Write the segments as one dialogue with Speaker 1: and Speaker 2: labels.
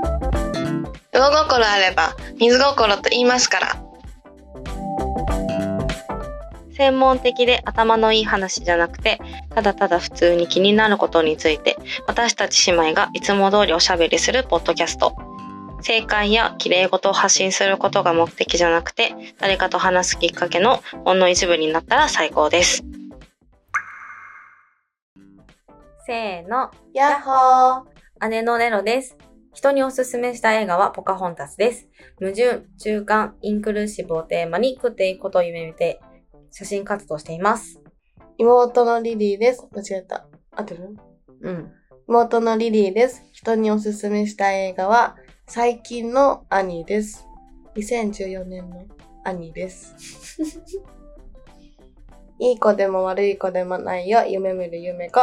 Speaker 1: 魚心あれば水心と言いますから専門的で頭のいい話じゃなくてただただ普通に気になることについて私たち姉妹がいつも通りおしゃべりするポッドキャスト正解や綺麗事を発信することが目的じゃなくて誰かと話すきっかけのほんの一部になったら最高ですせーの
Speaker 2: やっほー
Speaker 1: 姉のネロです。人におすすめした映画はポカホンタスです。矛盾、中間、インクルーシブをテーマに食っていくことを夢見て写真活動しています。
Speaker 2: 妹のリリーです。間違えた。合ってる
Speaker 1: うん。
Speaker 2: 妹のリリーです。人におすすめした映画は、最近のアニーです。2014年のアニーです。 いい子でも悪い子でもないよ、夢見る夢子。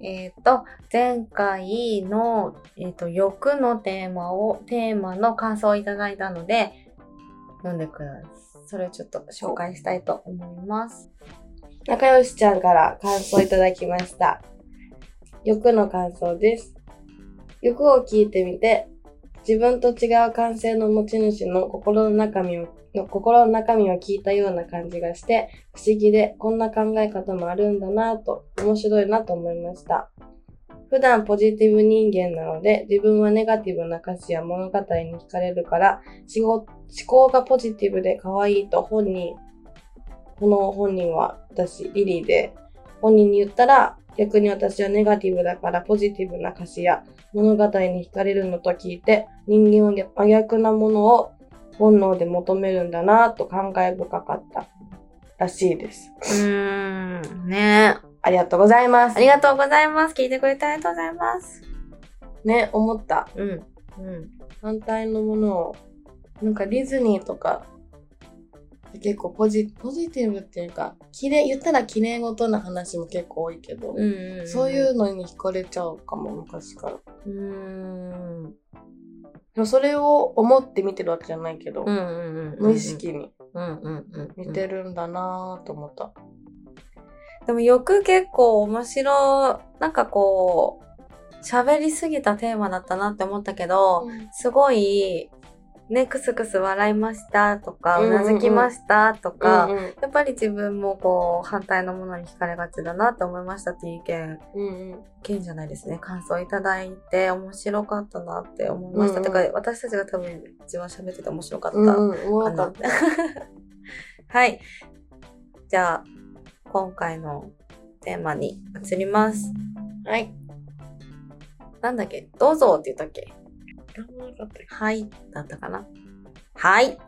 Speaker 1: えっ、と、前回の、えっ、と、欲のテーマを、テーマの感想をいただいたので、読んでください。それをちょっと紹介したいと思います。
Speaker 2: 仲良しちゃんから感想いただきました。欲の感想です。欲を聞いてみて、自分と違う感性の持ち主の心の中身を、の心の中身を聞いたような感じがして、不思議で、こんな考え方もあるんだなぁと、面白いなと思いました。普段ポジティブ人間なので、自分はネガティブな歌詞や物語に惹かれるから、思考思考がポジティブで可愛いと本人この本人は私、リリーで、本人に言ったら、逆に私はネガティブだからポジティブな歌詞や物語に惹かれるのと聞いて、人間は真逆なものを本能で求めるんだなぁと感慨深かったらしいです。
Speaker 1: うーん、ねえ
Speaker 2: ありがとうございま
Speaker 1: あ
Speaker 2: す
Speaker 1: り。がとうございます。聞いてくれてありがとうございます。
Speaker 2: ね、思った。
Speaker 1: うん。うん。
Speaker 2: 反対のものを、なんかディズニーとか、結構ポジポジティブっていうか、綺麗、言ったら綺麗事な話も結構多いけど、
Speaker 1: うんうんうん
Speaker 2: そういうのに惹かれちゃうかも、昔から。で
Speaker 1: うーん。
Speaker 2: もそれを思って見てるわけじゃないけど、
Speaker 1: うんうんうんうん。
Speaker 2: 無意識に
Speaker 1: うんうんうん。
Speaker 2: 見てるんだなぁと思った。
Speaker 1: でもよく結構面白い、なんかこう、喋りすぎたテーマだったなって思ったけど、すごい、ね、くすくす笑いましたとか、
Speaker 2: う
Speaker 1: うん
Speaker 2: うんう
Speaker 1: なんずきましたとか、
Speaker 2: うんうん
Speaker 1: やっぱり自分もこう、反対のものに惹かれがちだなって思いましたっていう意見、
Speaker 2: うんうん
Speaker 1: 意見じゃないですね、感想いただいて面白かったなって思いました。
Speaker 2: うんうん
Speaker 1: てか、私たちが多分一番喋ってて面白かった。
Speaker 2: うんうん、
Speaker 1: か
Speaker 2: 多か
Speaker 1: な
Speaker 2: っ
Speaker 1: はい。じゃあ、今回のテーマに移ります。
Speaker 2: た。はい。
Speaker 1: なんだっけどうぞって言ったっけはい。だったかな はい。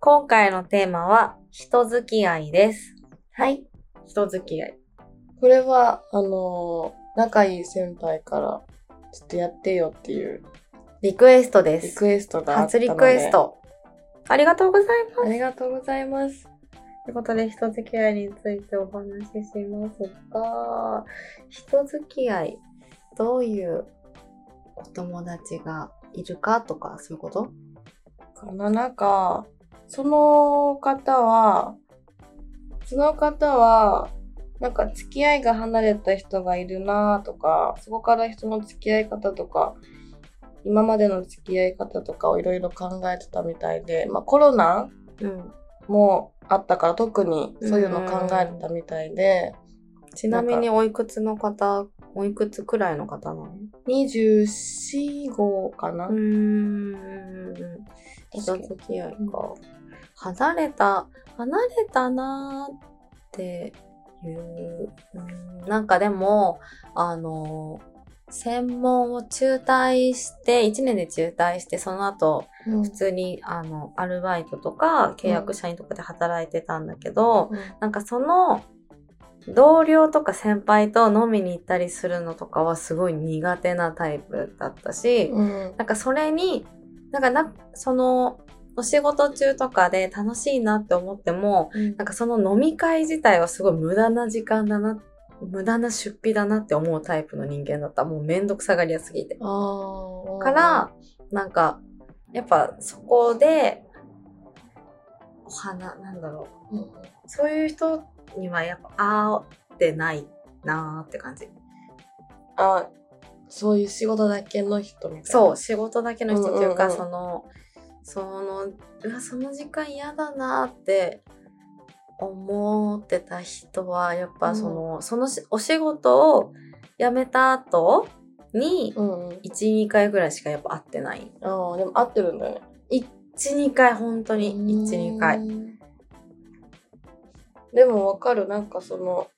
Speaker 1: 今回のテーマは、人付き合いです。
Speaker 2: はい。
Speaker 1: 人付き合い。
Speaker 2: これは、あのー仲いい先輩から、ちょっとやってよっていう
Speaker 1: リクエストで
Speaker 2: リ
Speaker 1: す。
Speaker 2: クエストがあった
Speaker 1: 初
Speaker 2: ので。
Speaker 1: リクエス。ト。ありがとうございます。
Speaker 2: ありがとうございます。
Speaker 1: ということで、人付き合いについてお話ししますが、人付き合い、どういうお友達がいるかとか、そういうこと
Speaker 2: かな、なんか、その方は、その方は、なんか付き合いが離れた人がいるなとか、そこから人の付き合い方とか、今までの付き合い方とかをいろいろ考えてたみたいで、まあコロナ
Speaker 1: うん。
Speaker 2: もあったから特にそういうの考えてたみたいで、
Speaker 1: ちなみに、おいくつの方、おいくつくらいの方なの
Speaker 2: 24号かな、
Speaker 1: うーん。人付き合いか。離れた、離れたなーっていう。うんなんかでも、あの、専門を中退して、1年で中退して、その後、
Speaker 2: うん
Speaker 1: 普通に、あの、アルバイトとか、契約社員とかで働いてたんだけど、なんかその、同僚とか先輩と飲みに行ったりするのとかはすごい苦手なタイプだったし、
Speaker 2: うん
Speaker 1: なんかそれに、なんかな、その、お仕事中とかで楽しいなって思っても、なんかその飲み会自体はすごい無駄な時間だな、無駄な出費だなって思うタイプの人間だった。もうめんどくさがり屋すぎて。
Speaker 2: ああ。
Speaker 1: か、ら、なんか、やっぱそこで、お花、なんだろ
Speaker 2: うん
Speaker 1: う。そういう人にはやっぱ、あーってないなーって感じ。
Speaker 2: あ、そういう仕事だけの人みたいな。
Speaker 1: そう、仕事だけの人というか、
Speaker 2: うんうんうん
Speaker 1: その、その、うわ、その時間嫌だなって思ってた人は、やっ
Speaker 2: う
Speaker 1: ぱ
Speaker 2: ん
Speaker 1: その、そのしお仕事を辞めた後に、
Speaker 2: うんうん。
Speaker 1: 1、2回ぐらいしかやっぱ会ってない。
Speaker 2: ああ、でも合ってるんだよね。
Speaker 1: 1、2回、本当に、1、2回。。
Speaker 2: でもわかる、なんかその、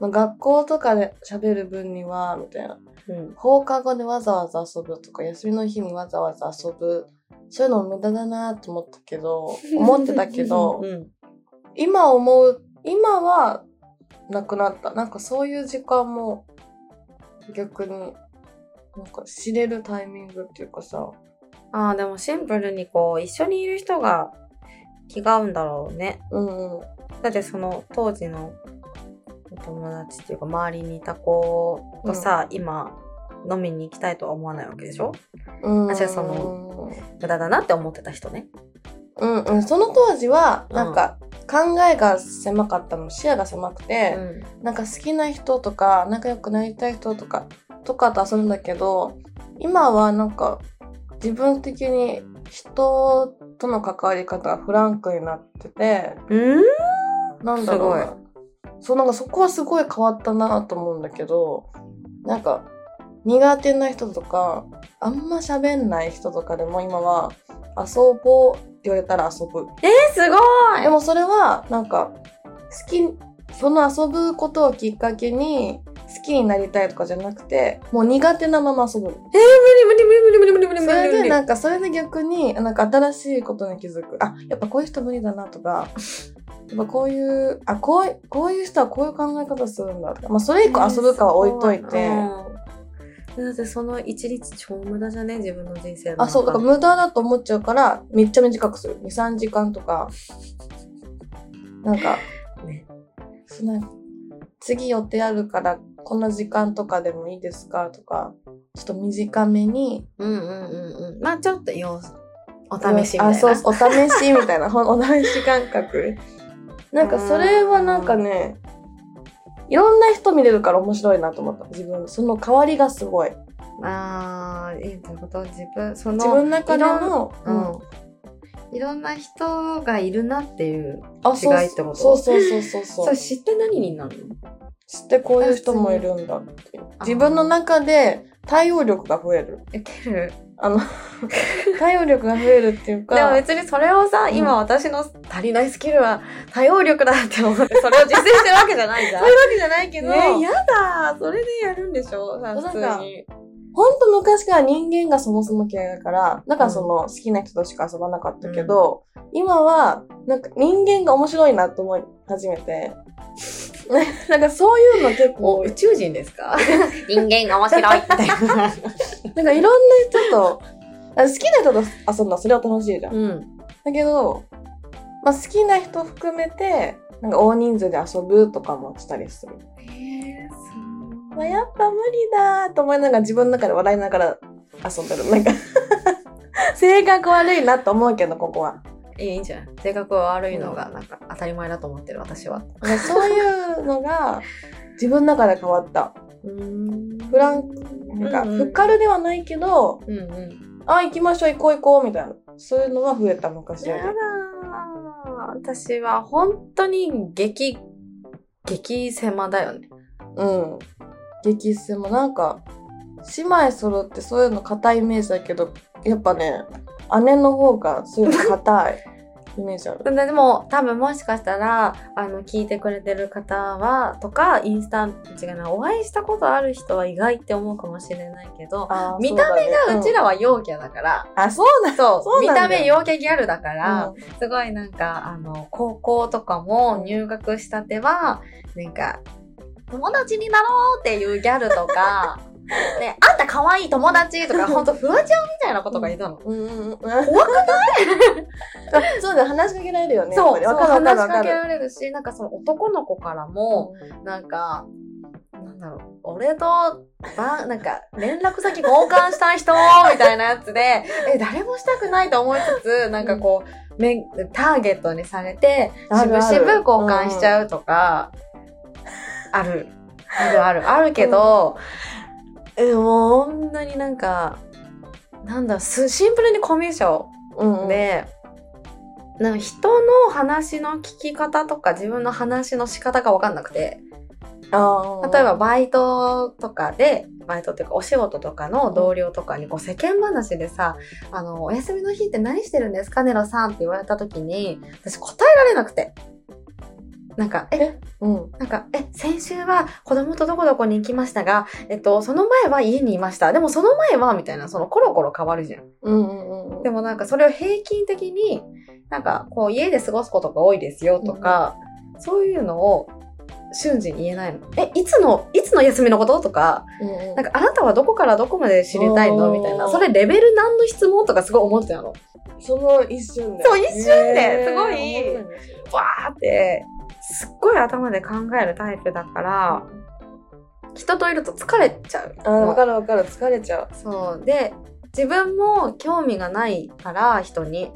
Speaker 2: まあ、学校とかで喋る分には、みたいな。
Speaker 1: うん。
Speaker 2: 放課後でわざわざ遊ぶとか、休みの日にわざわざ遊ぶ。そういうの無駄だなと思ったけど、思ってたけ ど、
Speaker 1: うん。
Speaker 2: 今思う、今はなくなった。なんかそういう時間も逆に、なんか知れるタイミングっていうかさ、
Speaker 1: ああ、でもシンプルにこう、一緒にいる人が気が合うんだろうね。
Speaker 2: うんうん。
Speaker 1: だってその当時のお友達っていうか周りにいた子とさ、今飲みに行きたいとは思わないわけでしょ
Speaker 2: うん、
Speaker 1: あじゃあその無駄だなって思ってた人ね。
Speaker 2: うんうん、その当時は、
Speaker 1: うん
Speaker 2: なんか、考えが狭かったの、視野が狭くて、なんか好きな人とか、仲良くなりたい人とか、とかと遊んだけど、今はなんか、自分的に人との関わり方がフランクになってて、
Speaker 1: うん、
Speaker 2: なんだろうな。そう、なんかそこはすごい変わったなと思うんだけど、なんか、苦手な人とか、あんま喋んない人とかでも今は、遊ぼうって言われたら遊ぶ。
Speaker 1: えー、すごい
Speaker 2: でもそれは、なんか、好き、その遊ぶことをきっかけに、好きになりたいとかじゃなくて、もう苦手なまま遊ぶ。
Speaker 1: 無理無理無理無理無理無理無理
Speaker 2: そ
Speaker 1: 無理
Speaker 2: れ
Speaker 1: 無
Speaker 2: で、
Speaker 1: 理
Speaker 2: なんか、それで逆に、なんか新しいことに気づく。あ、やっぱこういう人無理だなとか、やっぱこういう、あ、こうい、こういう人はこういう考え方するんだとか、まあ、それ以降遊ぶかは置いといて、
Speaker 1: うんだってその一日超無駄じゃね自分の人生の中
Speaker 2: あ、そう、だから無駄だと思っちゃうから、めっちゃ短くする。2、3時間とか。なんか、
Speaker 1: ね
Speaker 2: そんな次予定あるから、この時間とかでもいいですかとか、ちょっと短めに。
Speaker 1: うんうんうんうんまあちょっと様子お試しみたいな
Speaker 2: あ、そう、お試しみたいな。ほんお試し感 覚。なんか、それはなんかね、いろんな人見れるから面白いなと思った。自分、その変わりがすごい。
Speaker 1: あーえー、ということ自分その
Speaker 2: 自分の中での、
Speaker 1: うん、いろんな人がいるなっていう
Speaker 2: あそう
Speaker 1: 違いってこと
Speaker 2: そうそうそうそう そう。
Speaker 1: 知って何になるの
Speaker 2: 知ってこういう人もいるんだっていう自分の中で対応力が増える
Speaker 1: いける
Speaker 2: あ の対応力が増えるっていうか
Speaker 1: でも別にそれをさ、
Speaker 2: うん
Speaker 1: 今私の足りないスキルは対応力だって思ってそれを実践してるわけじゃないじゃん
Speaker 2: そういうわけじゃないけど、
Speaker 1: ねやだそれでやるんでしょさ
Speaker 2: そう
Speaker 1: 普
Speaker 2: なんか
Speaker 1: 通に
Speaker 2: ほんと昔から人間がそもそも嫌いだからだからその好きな人としか遊ばなかったけど、今はなんか人間が面白いなと思い始めて なんかそういうの結構多い
Speaker 1: 宙人ですか 人間が面白いみたいな
Speaker 2: なんかいろんな人とあ好きな人と遊んだらそれは楽しいじゃん
Speaker 1: うん
Speaker 2: だけど、まあ、好きな人含めて、なんか大人数で遊ぶとかもしたりする。
Speaker 1: へえ
Speaker 2: まあ、やっぱ無理だーと思いながら自分の中で笑いながら遊んでる。なんか、 性格悪いなと思うけど、ここは。
Speaker 1: いいんじゃない性格は悪いのがなんか当たり前だと思ってる私は
Speaker 2: なんかそういうのが自分の中で変わった。
Speaker 1: うん
Speaker 2: フランクなんか、
Speaker 1: うんうん
Speaker 2: ふっかるではないけど、
Speaker 1: うんうん
Speaker 2: あ、行きましょう、行こう行こう、みたいな。そういうのは増えた昔よ
Speaker 1: やだ
Speaker 2: り。
Speaker 1: ー私は本当に激激狭だよね
Speaker 2: うん。激戦もなんか、姉妹揃ってそういうの硬いイメージだけど、やっぱね、姉の方がそういうの硬いイメージある。
Speaker 1: ででも多分もしかしたらあの聞いてくれてる方はとかインスタ違うなお会いしたことある人は意外って思うかもしれないけど
Speaker 2: あー
Speaker 1: 見た目
Speaker 2: そうだね
Speaker 1: がうち
Speaker 2: ん
Speaker 1: らは陽キャだから、
Speaker 2: あ、そうなん
Speaker 1: そう
Speaker 2: そう
Speaker 1: 見
Speaker 2: なんだ
Speaker 1: た目陽キャギャルだから、
Speaker 2: だ。
Speaker 1: すごいなんか、あの、高校とかも入 学したては、なんか、友達になろうっていうギャルとか、ね、あんた可愛い友達とか、ほんとフワちゃんみたいなことがいた の。
Speaker 2: うんうんうん。怖くないそうだよ、話しかけられるよね。
Speaker 1: そう、
Speaker 2: や
Speaker 1: そ
Speaker 2: っ
Speaker 1: う
Speaker 2: ぱりわか
Speaker 1: 話し
Speaker 2: るわ
Speaker 1: か
Speaker 2: か
Speaker 1: け
Speaker 2: るわ
Speaker 1: られるし、なんかその男の子からも、
Speaker 2: かる。
Speaker 1: なんか、なんだろう、俺と、ば、なんか、連絡先交換したい人みたいなやつで、え、誰もしたくないと思いつつ、なんかこう、めターゲットにされて、
Speaker 2: あ
Speaker 1: し
Speaker 2: る
Speaker 1: ぶ
Speaker 2: ある
Speaker 1: しぶ交換しちゃうとか、ある。あるある。あるけど、え、もう、本当になんか、なんだ、すシンプルにコミュ障
Speaker 2: うんうん。
Speaker 1: で、なんか人の話の聞き方とか自分の話の仕方がわかんなくて、
Speaker 2: あー
Speaker 1: 例えば、バイトとかで、バイトっていうかお仕事とかの同僚とかにこう世間話でさ、あの、お休みの日って何してるんですかネロさんって言われた時に、私答えられなくて。なんか、え、
Speaker 2: うん。
Speaker 1: なんか、え、先週は子供とどこどこに行きましたが、えっと、その前は家にいました。でもその前は、みたいな、そのコロコロ変わるじゃん。
Speaker 2: うんうんうん。
Speaker 1: でもなんかそれを平均的に、なんかこう家で過ごすことが多いですよとか、そういうのを瞬時に言えないの。え、いつの、いつの休みのこととか、
Speaker 2: うんうん、
Speaker 1: なんかあなたはどこからどこまで知りたいの
Speaker 2: おー
Speaker 1: みたいな。それレベル何の質問とかすごい思ってたの。
Speaker 2: その一瞬で。
Speaker 1: そう一瞬で
Speaker 2: へー
Speaker 1: すごい
Speaker 2: 面白ですよ
Speaker 1: わーって、すっごい頭で考えるタイプだから、人といると疲れちゃう。
Speaker 2: あーわかるわかる、疲れちゃう。
Speaker 1: そう。で、自分も興味がないから、人に。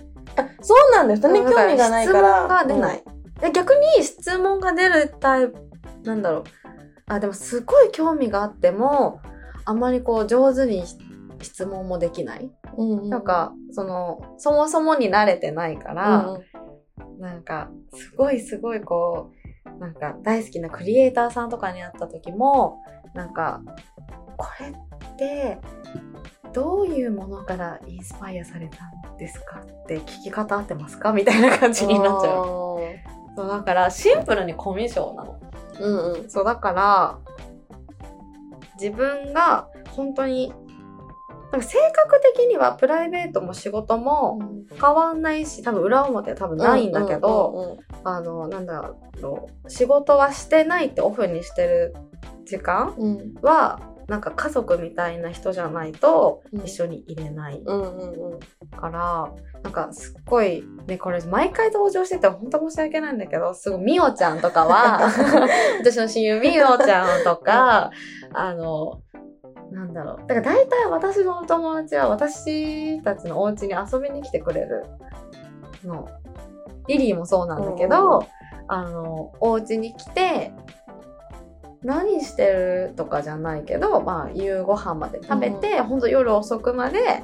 Speaker 2: そうなんだよ。人に興味がないから。
Speaker 1: 質問が出ない。で逆に質問が出るタイプ、なんだろう。あ、でもすごい興味があっても、あんまりこう上手に質問もできない。
Speaker 2: うん。うんうん
Speaker 1: なん、か、その、そもそもに慣れてないか
Speaker 2: うん
Speaker 1: ら、なんか、すごいすごいこう、なんか大好きなクリエイターさんとかに会った時も、なんか、これって、どういうものからインスパイアされたんですかって聞き方合ってますかみたいな感じになっちゃう。
Speaker 2: う。
Speaker 1: そうだからシンプルにコミュ障なの。
Speaker 2: うんうん。
Speaker 1: そうだから自分が本当になんか性格的にはプライベートも仕事も変わんないし多分裏表は多分ないんだけど、あのなんだろう仕事はしてないってオフにしてる時間
Speaker 2: うんうん
Speaker 1: はなんか家族みたいな人じゃないと
Speaker 2: うん
Speaker 1: 一緒にいれない
Speaker 2: うんうんうん
Speaker 1: から、なんかすっごいねこれ毎回登場してて本当申し訳ないんだけどすごいみおちゃんとか は私の親友みおちゃんとかあのなんだろうだから大体私のお友達は私たちのお家に遊びに来てくれるのリリーもそうなんだけど、あのお家に来て何してるとかじゃないけど、まあ、夕ご飯まで食べて、ほんと夜遅くまで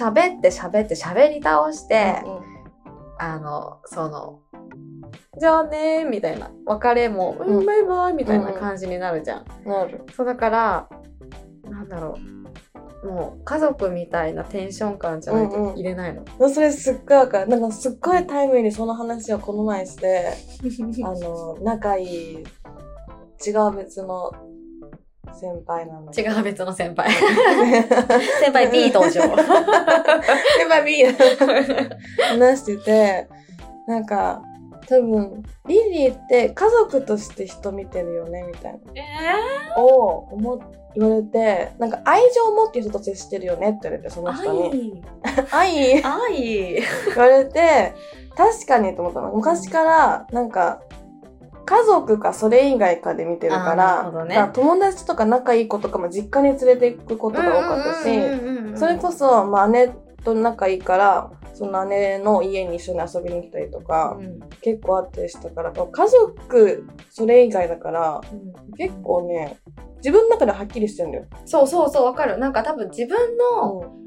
Speaker 1: 喋って喋って喋り倒して、あの、その、じゃあねーみたいな。別れも、うん、
Speaker 2: うん
Speaker 1: バイバイみたいな感じになるじゃん。
Speaker 2: なる。
Speaker 1: そうだから、なんだろう。もう家族みたいなテンション感じゃない
Speaker 2: うんう
Speaker 1: と
Speaker 2: ん
Speaker 1: 入れない の。
Speaker 2: それすっごいわかる。なんかすっごいタイムリーにその話をこの前して、あの、仲いい、違う別の先輩なの。
Speaker 1: 違う別の先輩。
Speaker 2: 先
Speaker 1: 先輩 B 登 場。
Speaker 2: 輩 B 話してて、なんか、多分、リリーって家族として人見てるよね、みたいな。
Speaker 1: え
Speaker 2: を思っ言われて、なんか愛情を持って人と接してるよねって言われて、その人に。
Speaker 1: ー、愛
Speaker 2: 愛
Speaker 1: 愛
Speaker 2: 言われて、確かにと思ったの。昔から、なんか、家族かそれ以外かで見てるか
Speaker 1: あーなるほ
Speaker 2: ら、
Speaker 1: どね
Speaker 2: だから友達とか仲いい子とかも実家に連れて行くことが多かったし、それこそ、まあ、姉と仲いいから、その姉の家に一緒に遊びに来たりとか、
Speaker 1: うん
Speaker 2: 結構あったりしたから、家族、それ以外だから、結構ね、自分の中ではっきりしてるんだよ。
Speaker 1: そうそうそう、わかる。なんか多分自分の、
Speaker 2: うん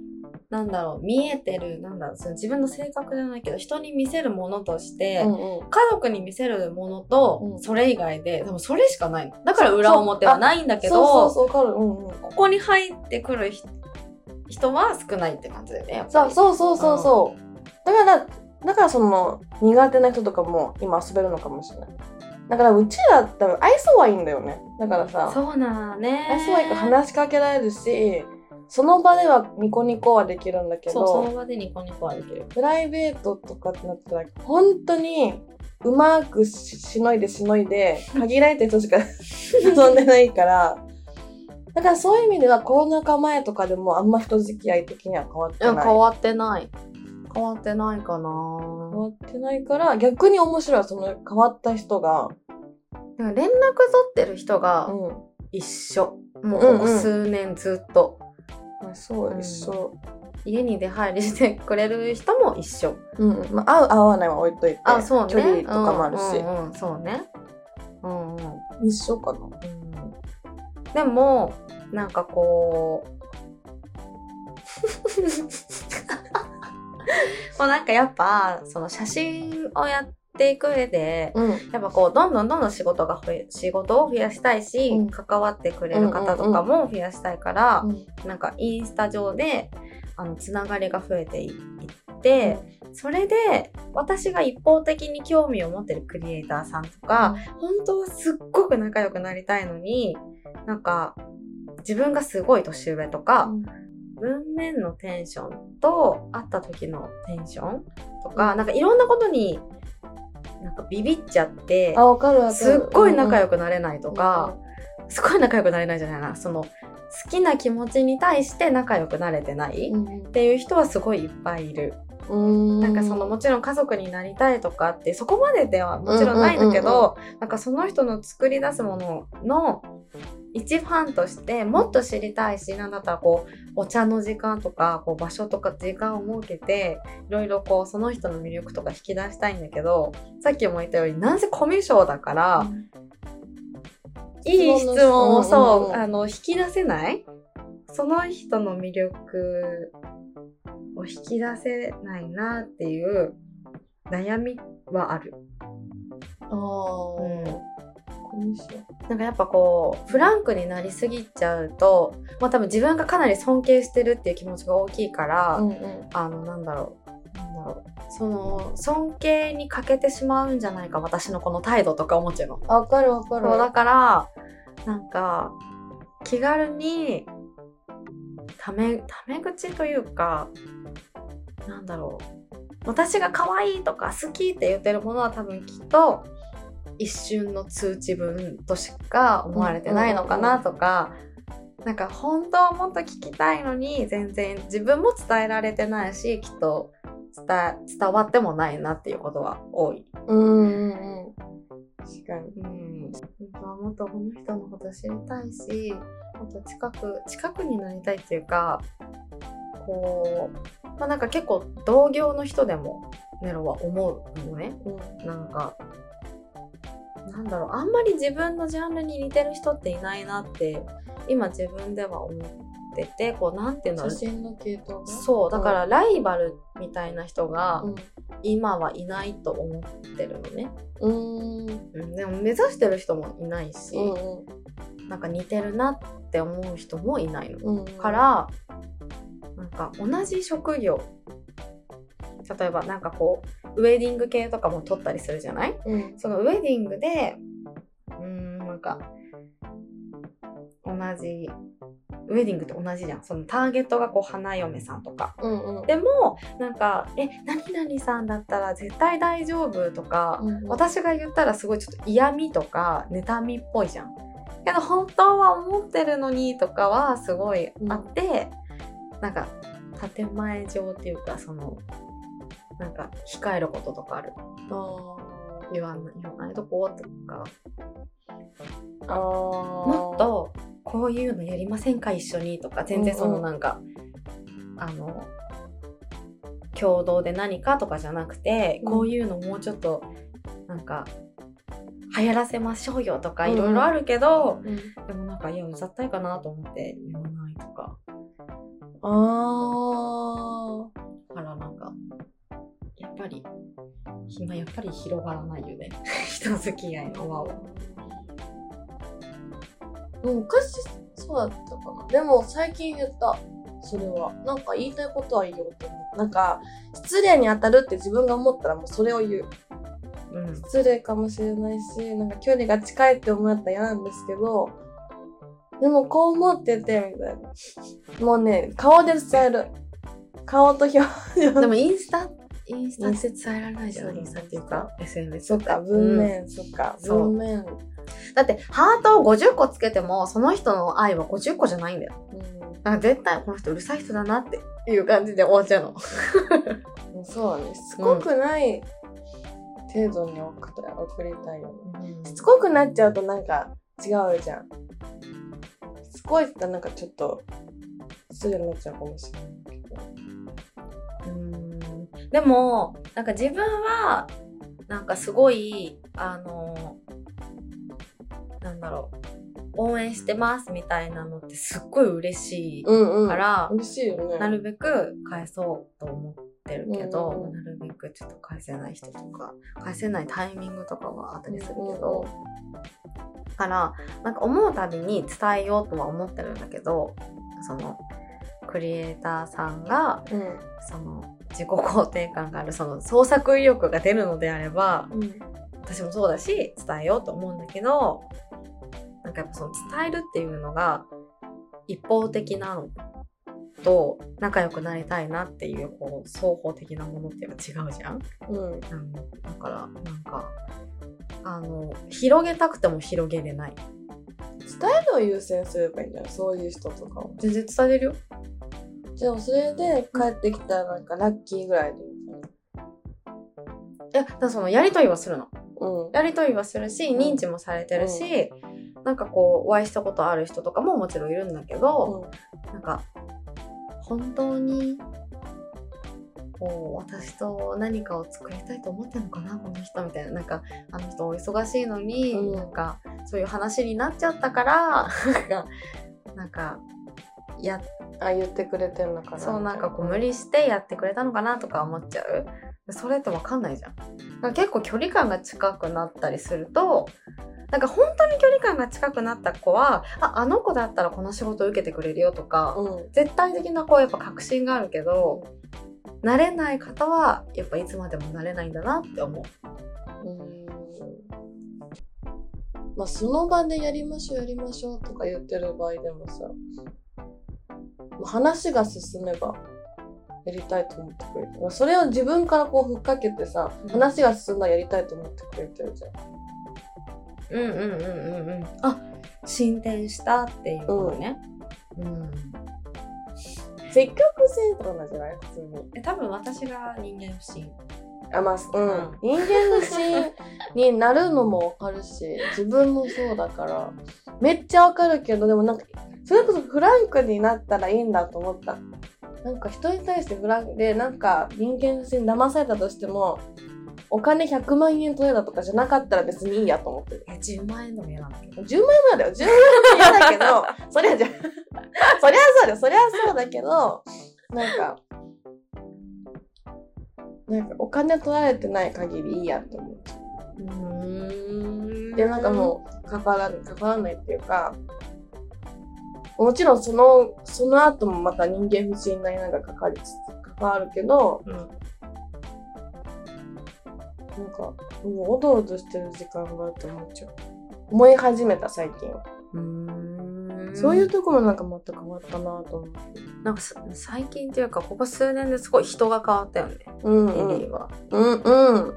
Speaker 1: なんだろう、見えてる、なんだろう、その自分の性格じゃないけど、人に見せるものとして、
Speaker 2: うんうん
Speaker 1: 家族に見せるものと
Speaker 2: う、ん
Speaker 1: それ以外で、多分それしかないの。だから裏表はないんだけど、
Speaker 2: そうそうそう、わかる。うんうん。
Speaker 1: ここに入ってくるひ人は少ないって感じだよね。やっぱ
Speaker 2: さ
Speaker 1: り
Speaker 2: そうそうそうそう。だから、だからその、苦手な人とかも今遊べるのかもしれない。だから、うちら多分愛想はいいんだよね。だからさ、
Speaker 1: そうなのね。
Speaker 2: 愛想はいいから話しかけられるし、その場ではニコニコはできるんだけ
Speaker 1: そう、その
Speaker 2: ど、
Speaker 1: 場でニコニコはできる。
Speaker 2: プライベートとかってなったら、本当に、うまく ししのいでしのいで、限られた人しか遊んでないから、だからそういう意味ではコロナ禍前とかでもあんま人付き合い的には変わって
Speaker 1: う
Speaker 2: なんい。
Speaker 1: 変わってない。変わってないかな
Speaker 2: 変わってないから逆に面白いその変わった人が、
Speaker 1: なんか連絡取ってる人が
Speaker 2: うん
Speaker 1: 一緒。も
Speaker 2: うんう
Speaker 1: うんここ数年ずっと。
Speaker 2: まあ、そう
Speaker 1: うん
Speaker 2: 一緒、
Speaker 1: 家に出入りしてくれる人も一緒。
Speaker 2: うんまあ、合う合わないは置いといて
Speaker 1: あ、そうね。
Speaker 2: 距離とかもあるし、
Speaker 1: うんうんうんそうね。うんうん。
Speaker 2: 一緒かな
Speaker 1: でもなんかこう もうなんかやっぱその写真をやっていく上で
Speaker 2: うん
Speaker 1: やっぱこうどんどんどんどん仕事が増え仕事を増やしたいし、
Speaker 2: うん
Speaker 1: 関わってくれる方とかも増やしたいから、なんかインスタ上であのつながりが増えていいって、それで私が一方的に興味を持ってるクリエイターさんとか、本当はすっごく仲良くなりたいのになんか自分がすごい年上とか、文面のテンションと会った時のテンションとか、なんかいろんなことになんかビビっちゃって
Speaker 2: あわかるわかる
Speaker 1: すっごい仲良
Speaker 2: く
Speaker 1: くなれないとか、、すっごい仲良くなれないじゃないなその好きな気持ちに対して仲良くなれてない、
Speaker 2: う
Speaker 1: っ
Speaker 2: んうん
Speaker 1: ていう人はすごいいっぱいいる。
Speaker 2: うん、
Speaker 1: なんかそのもちろん家族になりたいとかってそこまでではもちろんないんだけど、なんかその人の作り出すものの一ファンとしてもっと知りたいしなんだったらこうお茶の時間とかこう場所とか時間を設けていろいろこうその人の魅力とか引き出したいんだけどさっきも言ったようになんせコミュ障だから、いい質問をそう、
Speaker 2: うんうんうん
Speaker 1: あの引き出せないその人の魅力を引き出せないなっていう悩みはある。
Speaker 2: ああ、うん、コミュ障
Speaker 1: なんかやっぱこうフランクになりすぎちゃうと、まあ、多分自分がかなり尊敬してるっていう気持ちが大きいから、
Speaker 2: うんうん
Speaker 1: あのなんだろうなんだろうその尊敬に欠けてしまうんじゃないか私のこの態度とか思っちゃうの。
Speaker 2: あわかるわかる
Speaker 1: そうだからなんか気軽にタメタメ口というかなんだろう私が可愛いとか好きって言ってるものは多分きっと一瞬の通知分としか思われてないのかなとか、なんか本当はもっと聞きたいのに全然自分も伝えられてないしきっと伝え伝わってもないなっていうことは多い。
Speaker 2: うんうんうん確かに
Speaker 1: うん、もっとこの人のこと知りたいしもっと近く近くになりたいっていうかこうまあなんか結構同業の人でもネロは思うのね
Speaker 2: うん
Speaker 1: なんかなんだろうあんまり自分のジャンルに似てる人っていないなって今自分では思っててこうなんていうの
Speaker 2: 写真の系統が
Speaker 1: そうだからライバルみたいな人が
Speaker 2: うん
Speaker 1: 今はいないと思ってるのね、
Speaker 2: うんうん
Speaker 1: うん、でも目指してる人もいないし、なんか似てるなって思う人もいないの。
Speaker 2: うんうん
Speaker 1: からなんか同じ職業例えばなんかこうウェディング系とかも撮ったりするじゃない
Speaker 2: うん
Speaker 1: そのウェディングでうーんなんか同じウェディングって同じじゃんそのターゲットがこう花嫁さんとか
Speaker 2: うんうん
Speaker 1: でもなんか「え何々さんだったら絶対大丈夫」とか
Speaker 2: うん
Speaker 1: 私が言ったらすごいちょっと嫌味とか妬みっぽいじゃん。けど本当は思ってるのにとかはすごいあって、なんか建前上っていうかそのなんか控えることとかある
Speaker 2: あ
Speaker 1: 言わない言わないとことか
Speaker 2: ーあ
Speaker 1: もっとこういうのやりませんか一緒にとか全然そ
Speaker 2: うんう
Speaker 1: の
Speaker 2: ん
Speaker 1: なんか、あの共同で何かとかじゃなくて、
Speaker 2: うん
Speaker 1: こういうのもうちょっとなんか流行らせましょうよとか
Speaker 2: うん
Speaker 1: いろいろあるけど、
Speaker 2: うん
Speaker 1: でもなんかいやうざったいかなと思って言わないとか
Speaker 2: ああ。
Speaker 1: だからなんかやっぱり今やっぱり広がらないよね 人付き合いの輪を。
Speaker 2: うん、昔そうだったかな。でも最近言った。それは。なんか言いたいことは言おうと思う。なんか、失礼に当たるって自分が思ったらもうそれを言う。
Speaker 1: うん
Speaker 2: 失礼かもしれないし、なんか距離が近いって思ったら嫌なんですけど、でもこう思ってて、みたいな。もうね、顔で伝える。顔と表情
Speaker 1: でもインスタインスタ
Speaker 2: 面
Speaker 1: って
Speaker 2: 接入らないじゃない
Speaker 1: インスタっていうか SNS
Speaker 2: そっか、文
Speaker 1: うん
Speaker 2: 面、そっか、
Speaker 1: そう
Speaker 2: 文面。
Speaker 1: だってハートを50個つけてもその人の愛は50個じゃないんだよ
Speaker 2: う
Speaker 1: だから絶対この人うるさい人だなっていう感じで終わっちゃうの
Speaker 2: ん、そうだね。しつこくない程度に送った送りたいよね。しつこくなっちゃうとなんか違うじゃん。しつこいってなんかちょっと失礼になっちゃうかもしれないけど。
Speaker 1: うんでもなんか自分はなんかすごいあのなんだろう応援してますみたいなのってすっごい嬉しい
Speaker 2: うんうん。
Speaker 1: から、
Speaker 2: 美味しいよね。
Speaker 1: なるべく返そうと思ってるけど、
Speaker 2: うん
Speaker 1: なるべくちょっと返せない人とか返せないタイミングとかはあったりするけど、だからなんか思うたびに伝えようとは思ってるんだけどそのクリエイターさんが
Speaker 2: うん。
Speaker 1: その自己肯定感があるその創作意欲が出るのであれば
Speaker 2: うん。
Speaker 1: 私もそうだし伝えようと思うんだけどなんかやっぱその伝えるっていうのが一方的なのと仲良くなりたいなっていうこう双方的なものってやっぱ違うじゃん、
Speaker 2: うん。
Speaker 1: うん、だからなんかあの広げたくても広げれない
Speaker 2: 伝えるを優先すればいいんじゃないそういう人とかを。
Speaker 1: 全然伝えれるよ
Speaker 2: じゃあそれで帰ってきたらなんかラッキーぐらいでいいんじゃない
Speaker 1: いやだからそのやりとりはするの
Speaker 2: うん。
Speaker 1: やりとりはするし認知もされてるし、なんかこうお会いしたことある人とかももちろんいるんだけど、なんか本当にこう私と何かを作りたいと思ってるのかなこの人みたいななんかあの人お忙しいのに、
Speaker 2: うん
Speaker 1: なんかそういう話になっちゃったから なんかなんかや
Speaker 2: うん。あ、言ってくれてるのかな。
Speaker 1: そうなんかこう無理してやってくれたのかなとか思っちゃうそれってわかんないじゃんだから結構距離感が近くなったりするとなんか本当に距離感が近くなった子はああの子だったらこの仕事受けてくれるよとか、
Speaker 2: うん。
Speaker 1: 絶対的なこうやっぱ確信があるけど慣れない方はやっぱいつまでも慣れないんだなって思う
Speaker 2: うんまあその場でやりましょうやりましょうとか言ってる場合でもさ、まあ話が進めばやりたいと思ってくれてるまあそれを自分からこうふっかけてさ、
Speaker 1: うん
Speaker 2: 話が進んだらやりたいと思ってくれてるじゃん。
Speaker 1: うんうんうんうんうんあ進展したっていうことねうん
Speaker 2: 積極性とかなんじゃない普通に。
Speaker 1: え多分私が人間不信
Speaker 2: あ、まあ、うん。
Speaker 1: うん
Speaker 2: 人間不信になるのもわかるし、自分もそうだから、めっちゃわかるけど、でもなんか、それこそフランクになったらいいんだと思った。なんか人に対してフランクで、なんか人間不信に騙されたとしても、お金100万円取れたとかじゃなかったら別にいいやと思ってる。
Speaker 1: え10万円でも嫌なんだけど
Speaker 2: 10万円までだよ。10万円嫌だ けど、そりゃじゃ、そりゃそうだよ。そりゃそうだけど、なんか、なんかお金取られてない限りいいやって思う。
Speaker 1: うん
Speaker 2: で、なんかもう、関わらない、関わらないっていうか、もちろんその、その後もまた人間不信になりながら関わりつつ、関わるけど、
Speaker 1: うん
Speaker 2: なんか、もうおどおどしてる時間があって思っちゃう。思い始めた最近は。
Speaker 1: うん
Speaker 2: そういうとこもなんか全く変わったなと思う。
Speaker 1: なんかさ最近っていうかここ数年ですごい人が変わったよね
Speaker 2: うん
Speaker 1: リリー。
Speaker 2: うん
Speaker 1: は
Speaker 2: うんうん。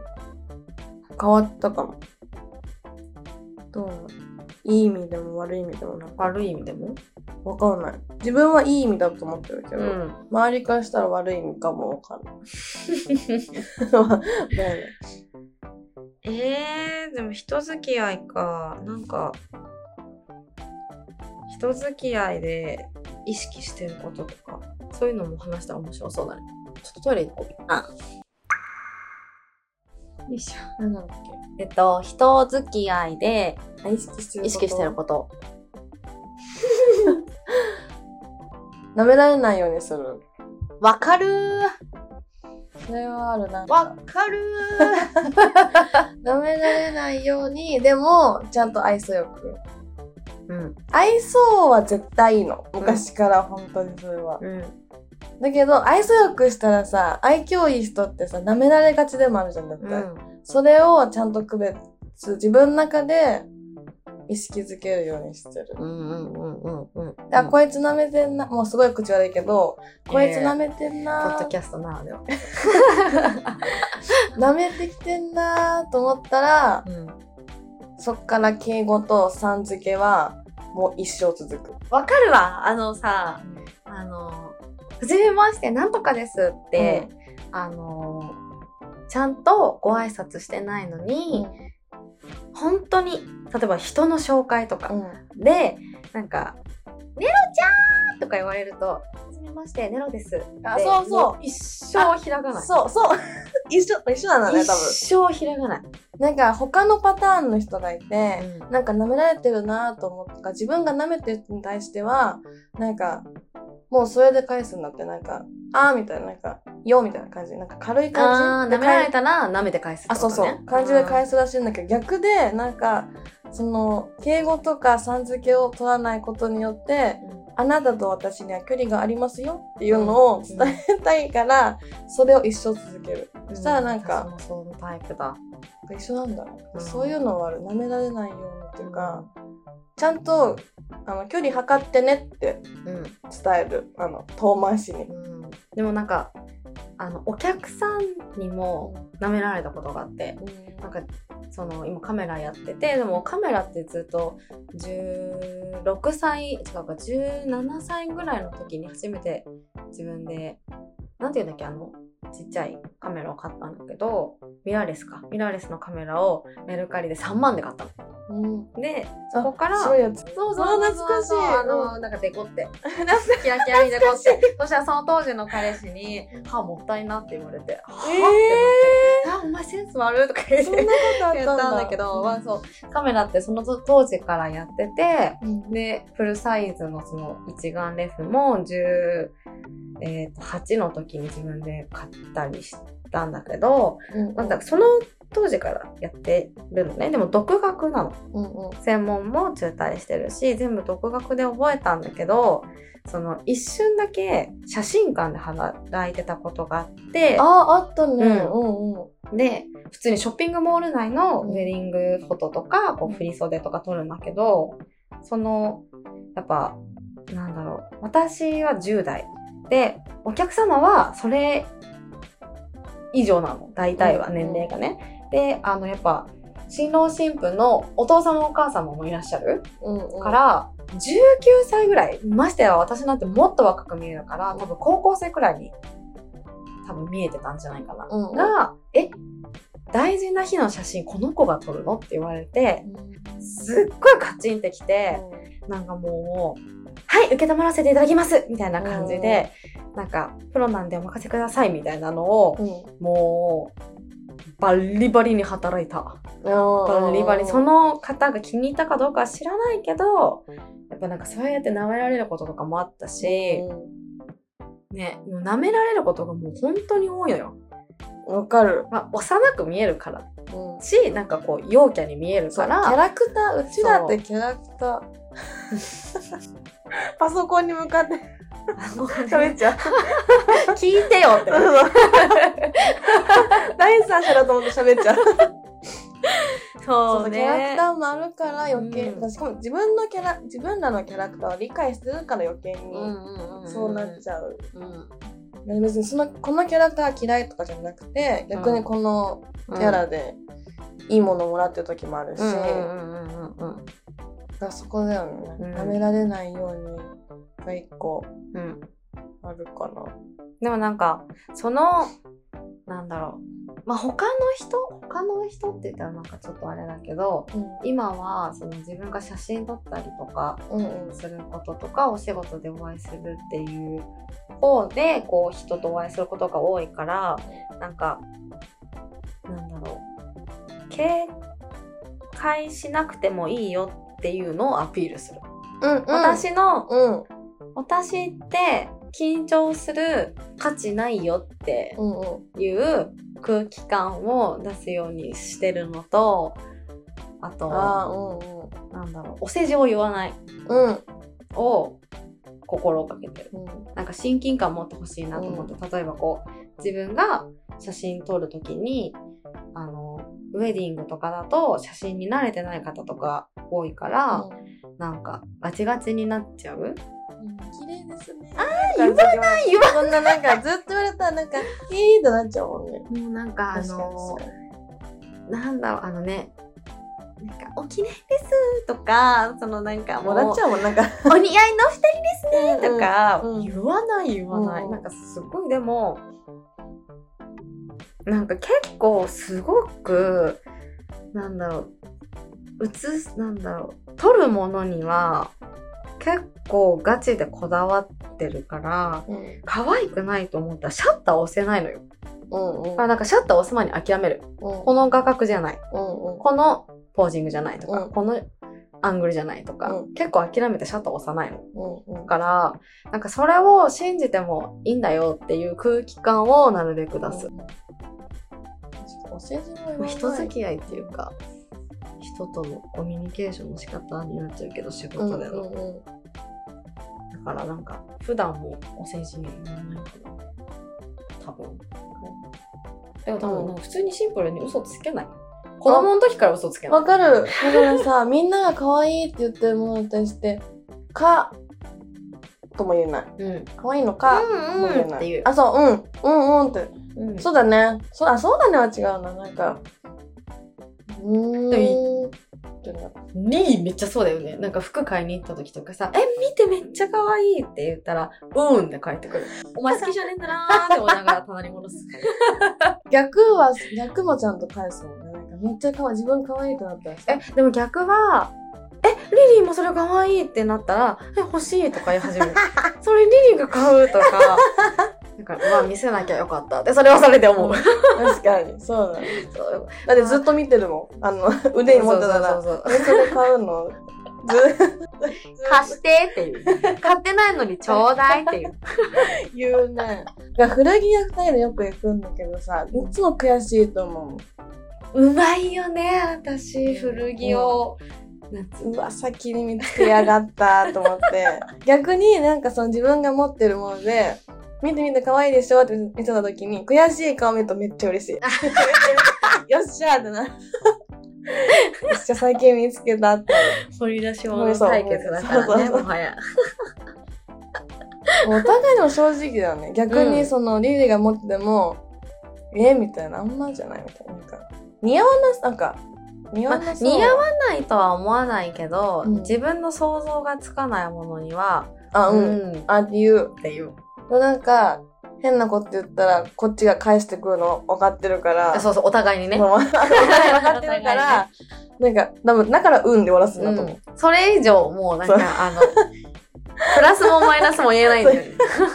Speaker 2: 変わったかも。どうなのいい意味でも悪い意味でもなんか
Speaker 1: 悪い意味でも
Speaker 2: わかんない。自分はいい意味だと思ってるけ
Speaker 1: う
Speaker 2: ど、
Speaker 1: ん
Speaker 2: 周りからしたら悪い意味かもわか んない。わかんない
Speaker 1: えー、でも人付き合いかなんか人付き合いで意識してることとかそういうのも話したら面白そうだねちょっとトイレ行こうあよいしょ
Speaker 2: なんだっ
Speaker 1: えっと人付き合いで
Speaker 2: けあ意識してること。
Speaker 1: 意識してること
Speaker 2: 舐められないようにする。
Speaker 1: わかるー
Speaker 2: それはあるな。
Speaker 1: わかるー
Speaker 2: 舐められないように、でも、ちゃんと愛想よく。
Speaker 1: うん
Speaker 2: 愛想は絶対いいの。昔から本当にそれは。
Speaker 1: うん
Speaker 2: だけど、愛想よくしたらさ、愛嬌いい人ってさ、舐められがちでもあるじゃん、だって。
Speaker 1: うん
Speaker 2: それをちゃんと区別、自分の中で、意識づけるようにしてる。
Speaker 1: うんうんうんうんうん。
Speaker 2: であ、こいつ舐めてんな。もうすごい口悪いけど、こいつ舐めてん
Speaker 1: ポッ
Speaker 2: な
Speaker 1: ドキャストならでは。
Speaker 2: 舐めてきてんなと思ったら、
Speaker 1: うん。
Speaker 2: そっから敬語とさん付けは、もう一生続く。
Speaker 1: わかるわ。あのさ、あの、はじめまして、なんとかですって、あの、ちゃんとご挨拶してないのに、本当に、例えば人の紹介と
Speaker 2: う
Speaker 1: か
Speaker 2: ん。
Speaker 1: で、なんか、ネロちゃんとか言われると、はじめまして、ネロですって。
Speaker 2: あ、そ
Speaker 1: も
Speaker 2: うそ
Speaker 1: 一生ひらが
Speaker 2: う。
Speaker 1: ない。
Speaker 2: そうそう。一緒、一緒なんだね、
Speaker 1: 一
Speaker 2: 多
Speaker 1: 生ひらがない。
Speaker 2: 分。なんか、他のパターンの人がいて、
Speaker 1: うん
Speaker 2: なんか舐められてるなと思ったか、自分が舐めてる人に対しては、なんか、もうそれで返すんだって、なんか、あーみたいな、なんか、よみたいな感じ。なんか軽い
Speaker 1: あ
Speaker 2: 感
Speaker 1: ー
Speaker 2: じ
Speaker 1: 舐
Speaker 2: で
Speaker 1: めら
Speaker 2: 返
Speaker 1: れたら舐めて返すって
Speaker 2: あ、
Speaker 1: こと
Speaker 2: そう
Speaker 1: ね。
Speaker 2: そう。感じで返
Speaker 1: す。
Speaker 2: すらしいんだけど、逆で、なんか、その、敬語とかさん付けを取らないことによって、あなたと私には距離がありますよっていうのを伝えたいから、それを一生続ける。そしたらなんか
Speaker 1: 私もそのタイプだ。
Speaker 2: 一緒なんだね
Speaker 1: うん
Speaker 2: そういうのはある。舐められないようにっていうか、ちゃんと、あの、距離測ってねって
Speaker 1: うん。
Speaker 2: 伝える。あの、遠回しに。
Speaker 1: うんでもなんかあのお客さんにも舐められたことがあってなんかその今カメラやっててでもカメラってずっと16歳違うか17歳ぐらいの時に初めて自分でなんていうんだっけあのちっちゃいカメラを買ったんだけどミラーレスかミラーレスのカメラをメルカリで3万で買ったの。
Speaker 2: うん。
Speaker 1: でそこから
Speaker 2: そういうやつ。
Speaker 1: そうそう
Speaker 2: あ
Speaker 1: そう
Speaker 2: 懐かしい
Speaker 1: そうあの、なんかデコって。キラキラにデコって。そしたらその当時の彼氏に、歯もったいなって言われて、はぁってなって、あ、お前センス悪いとか言っ
Speaker 2: そんなこ
Speaker 1: て。
Speaker 2: とあっ
Speaker 1: 言った
Speaker 2: んだ。
Speaker 1: たんだけ ど、まあそう、カメラってその当時からやってて、
Speaker 2: うん、
Speaker 1: で、フルサイズのその一眼レフも10、えーと8の時に自分で買ったりしたんだけど、
Speaker 2: うん
Speaker 1: なんだその当時からやってるのね。でも独学なの。
Speaker 2: うんうん。
Speaker 1: 専門も中退してるし全部独学で覚えたんだけどその一瞬だけ写真館で働いてたことがあって
Speaker 2: あ、あったね。
Speaker 1: う
Speaker 2: うんんうんうん。
Speaker 1: で普通にショッピングモール内のウェディングフォトとかこう振り袖とか撮るんだけどそのやっぱなんだろう私は10代でお客様はそれ以上なの大体は
Speaker 2: うん
Speaker 1: 年齢がね。であのやっぱ新郎新婦のお父様お母様もいらっしゃる
Speaker 2: うんうん、
Speaker 1: から、19歳ぐらい、ましてや私なんてもっと若く見えるから、多分高校生くらいに、多分見えてたんじゃないかな。
Speaker 2: うんうん
Speaker 1: が、え、大事な日の写真この子が撮るのって言われて、すっごいカチンってきて、なんかもう、はい、受け止まらせていただきますみたいな感じで、なんか、プロなんでお任せくださいみたいなのを、
Speaker 2: うん、
Speaker 1: もう、バリバリに働いた。バリバリその方が気に入ったかどうかは知らないけどやっぱなんかそうやって舐められることとかもあったし、ねもう舐められることがもう本当に多いのよ、
Speaker 2: うんわかる、
Speaker 1: まあ、幼く見えるから
Speaker 2: うん、
Speaker 1: しなんかこう陽キャに見える
Speaker 2: そ
Speaker 1: か
Speaker 2: うキャ
Speaker 1: ら
Speaker 2: ラクターうちらってキャラクター パソコンに向かって
Speaker 1: もうね
Speaker 2: 喋っちゃう
Speaker 1: 聞いてよって
Speaker 2: 第三者だと思って喋っちゃう
Speaker 1: そ
Speaker 2: そうキャラクターもあるから余計、
Speaker 1: うん
Speaker 2: しかも自分のキャラ自分らのキャラクターを理解してるから余計に、
Speaker 1: うん
Speaker 2: そうなっちゃう
Speaker 1: ゃうん、
Speaker 2: 別にそのこのキャラクターが嫌いとかじゃなくて逆にこのキャラでいいものもらってる時もあるし、
Speaker 1: うんうん
Speaker 2: だ
Speaker 1: うんうんうん
Speaker 2: からそこだよね、
Speaker 1: うん
Speaker 2: 舐められないようにが一個
Speaker 1: うん
Speaker 2: あるかな。
Speaker 1: でもなんか、その、なんだろう。まあ、他の人他の人って言ったらなんかちょっとあれだけど、
Speaker 2: う
Speaker 1: 今はその自分が写真撮ったりとか
Speaker 2: ん、うん、
Speaker 1: することとか、お仕事でお会いするっていう方で、こう人とお会いすることが多いから、なんか、なんだろう。警戒しなくてもいいよっていうのをアピールする。
Speaker 2: うん、うん、
Speaker 1: 私の
Speaker 2: うん、
Speaker 1: 私って緊張する価値ないよって
Speaker 2: うん、うん、
Speaker 1: いう空気感を出すようにしてるのとあと
Speaker 2: ああ、う
Speaker 1: なんだろうお世辞を言わない
Speaker 2: ん、うん、うん、
Speaker 1: を心がけてる
Speaker 2: うん、
Speaker 1: なんか親近感持ってほしいなと思って、例えばこう自分が写真撮る時にあのウェディングとかだと写真に慣れてない方とか多いから、なんかガチガチになっちゃう
Speaker 2: 綺麗ですね。
Speaker 1: あ言わない言わ
Speaker 2: そんななんかずっと言われたらなんか、ヒーってなっちゃうもんね。
Speaker 1: もうなんかあのなんだろうあのねなんかお綺麗ですとかそのなんか
Speaker 2: もらっち
Speaker 1: ゃ
Speaker 2: ゃうもん、なんか。
Speaker 1: うお似合いの二人ですねとか、
Speaker 2: うんうん
Speaker 1: 言わない言わない、
Speaker 2: うん
Speaker 1: なんかすごいでもなんか結構すごくなんだろう映すなんだろう撮るものには結構ガチでこだわってるから
Speaker 2: うん。
Speaker 1: 可愛くないと思ったらシャッター押せないのよ
Speaker 2: うん。うん。
Speaker 1: だからなんかシャッター押す前に諦めるこの画角じゃない
Speaker 2: うん。
Speaker 1: このポージングじゃないとか、
Speaker 2: うん
Speaker 1: このアングルじゃないとか、
Speaker 2: うん
Speaker 1: 結構諦めてシャッター押さないの。
Speaker 2: うん。う
Speaker 1: だ。
Speaker 2: ん
Speaker 1: から、なんかそれを信じてもいいんだよっていう空気感をなるべく出す。
Speaker 2: うん。お世辞も言わ
Speaker 1: ま
Speaker 2: な
Speaker 1: あ、
Speaker 2: い。
Speaker 1: 人付き合いっていうか、人とのコミュニケーションの仕方になっちゃうけど、仕
Speaker 2: うんう
Speaker 1: 事
Speaker 2: ん
Speaker 1: での。
Speaker 2: うん。
Speaker 1: だからなんか、普段もお世辞言わないかな。多分。でも多分、
Speaker 2: うん
Speaker 1: 普通にシンプルに嘘つけない。子供の時から嘘つけない。
Speaker 2: わかる。だからさ、みんなが可愛いって言ってるものに対して、か、とも言えない。
Speaker 1: うん。
Speaker 2: 可愛いのか、とも言え
Speaker 1: うんうん
Speaker 2: ない。
Speaker 1: っていう。
Speaker 2: あ、そう、うん、うん、うんって。
Speaker 1: うん
Speaker 2: そうだね。そう、あ、そうだねは違うな。なんか、うーん。ってな
Speaker 1: ねえ、めっちゃそうだよね。なんか服買いに行った時とかさ、え、見てめっちゃ可愛いって言ったら、うんって帰ってくる。お前好きじゃねえんだなーって思いながら棚に戻す。
Speaker 2: 逆は、逆もちゃんと返すもんね。なんかめっちゃ可愛い。自分可愛いってなったらさ。
Speaker 1: え、でも逆は、え、リリーもそれ可愛いってなったら、え、欲しいとか言い始 める。それリリーが買うと か、なんか、まあ見せなきゃよかったって、それはそれで思う。
Speaker 2: 確かに。そうだね。
Speaker 1: そう
Speaker 2: だってずっと見てるもん。あの、腕に持ってた
Speaker 1: そ
Speaker 2: ら
Speaker 1: う。そうそうそう
Speaker 2: え、それ買うのず
Speaker 1: 貸してって いう。買ってないのにちょうだいっていう。
Speaker 2: 言うね。が古着屋二人でよく行くんだけどさ、いつも悔しいと思
Speaker 1: うまいよね、私、古着を。夏
Speaker 2: う。うわ、先に見つけやがったと思 って。逆になんかその自分が持ってるもので、見て見て可愛いでしょって見せた時に、悔しい顔見るとめっちゃ嬉しい。 よっしゃーってな。よっしゃ、最近見つけたって。
Speaker 1: 掘り出し物対決だか
Speaker 2: そう
Speaker 1: ら
Speaker 2: そう
Speaker 1: ね、
Speaker 2: そう
Speaker 1: もはや。
Speaker 2: お互いの正直だよね。逆にその、リリが持ってても、えみたいな、あんまじゃないみたいな。なんか似合わな、なんか、似合わなそ
Speaker 1: ま
Speaker 2: う、
Speaker 1: あ似合ないとは思わないけど、
Speaker 2: うん
Speaker 1: 自分の想像がつかないものには、
Speaker 2: あ、うん。
Speaker 1: っ
Speaker 2: あ、っていう。
Speaker 1: ていう。
Speaker 2: なんか、変なこと言ったら、こっちが返してくるの分かってるから。
Speaker 1: そうそう、お互いにね。
Speaker 2: もう分かって るから、なんか、多分だから、うんで終わらすんだと思う。
Speaker 1: それ以上、もうなん
Speaker 2: そう
Speaker 1: か、あの、プラスもマイナスも言えないんだよね。なんか、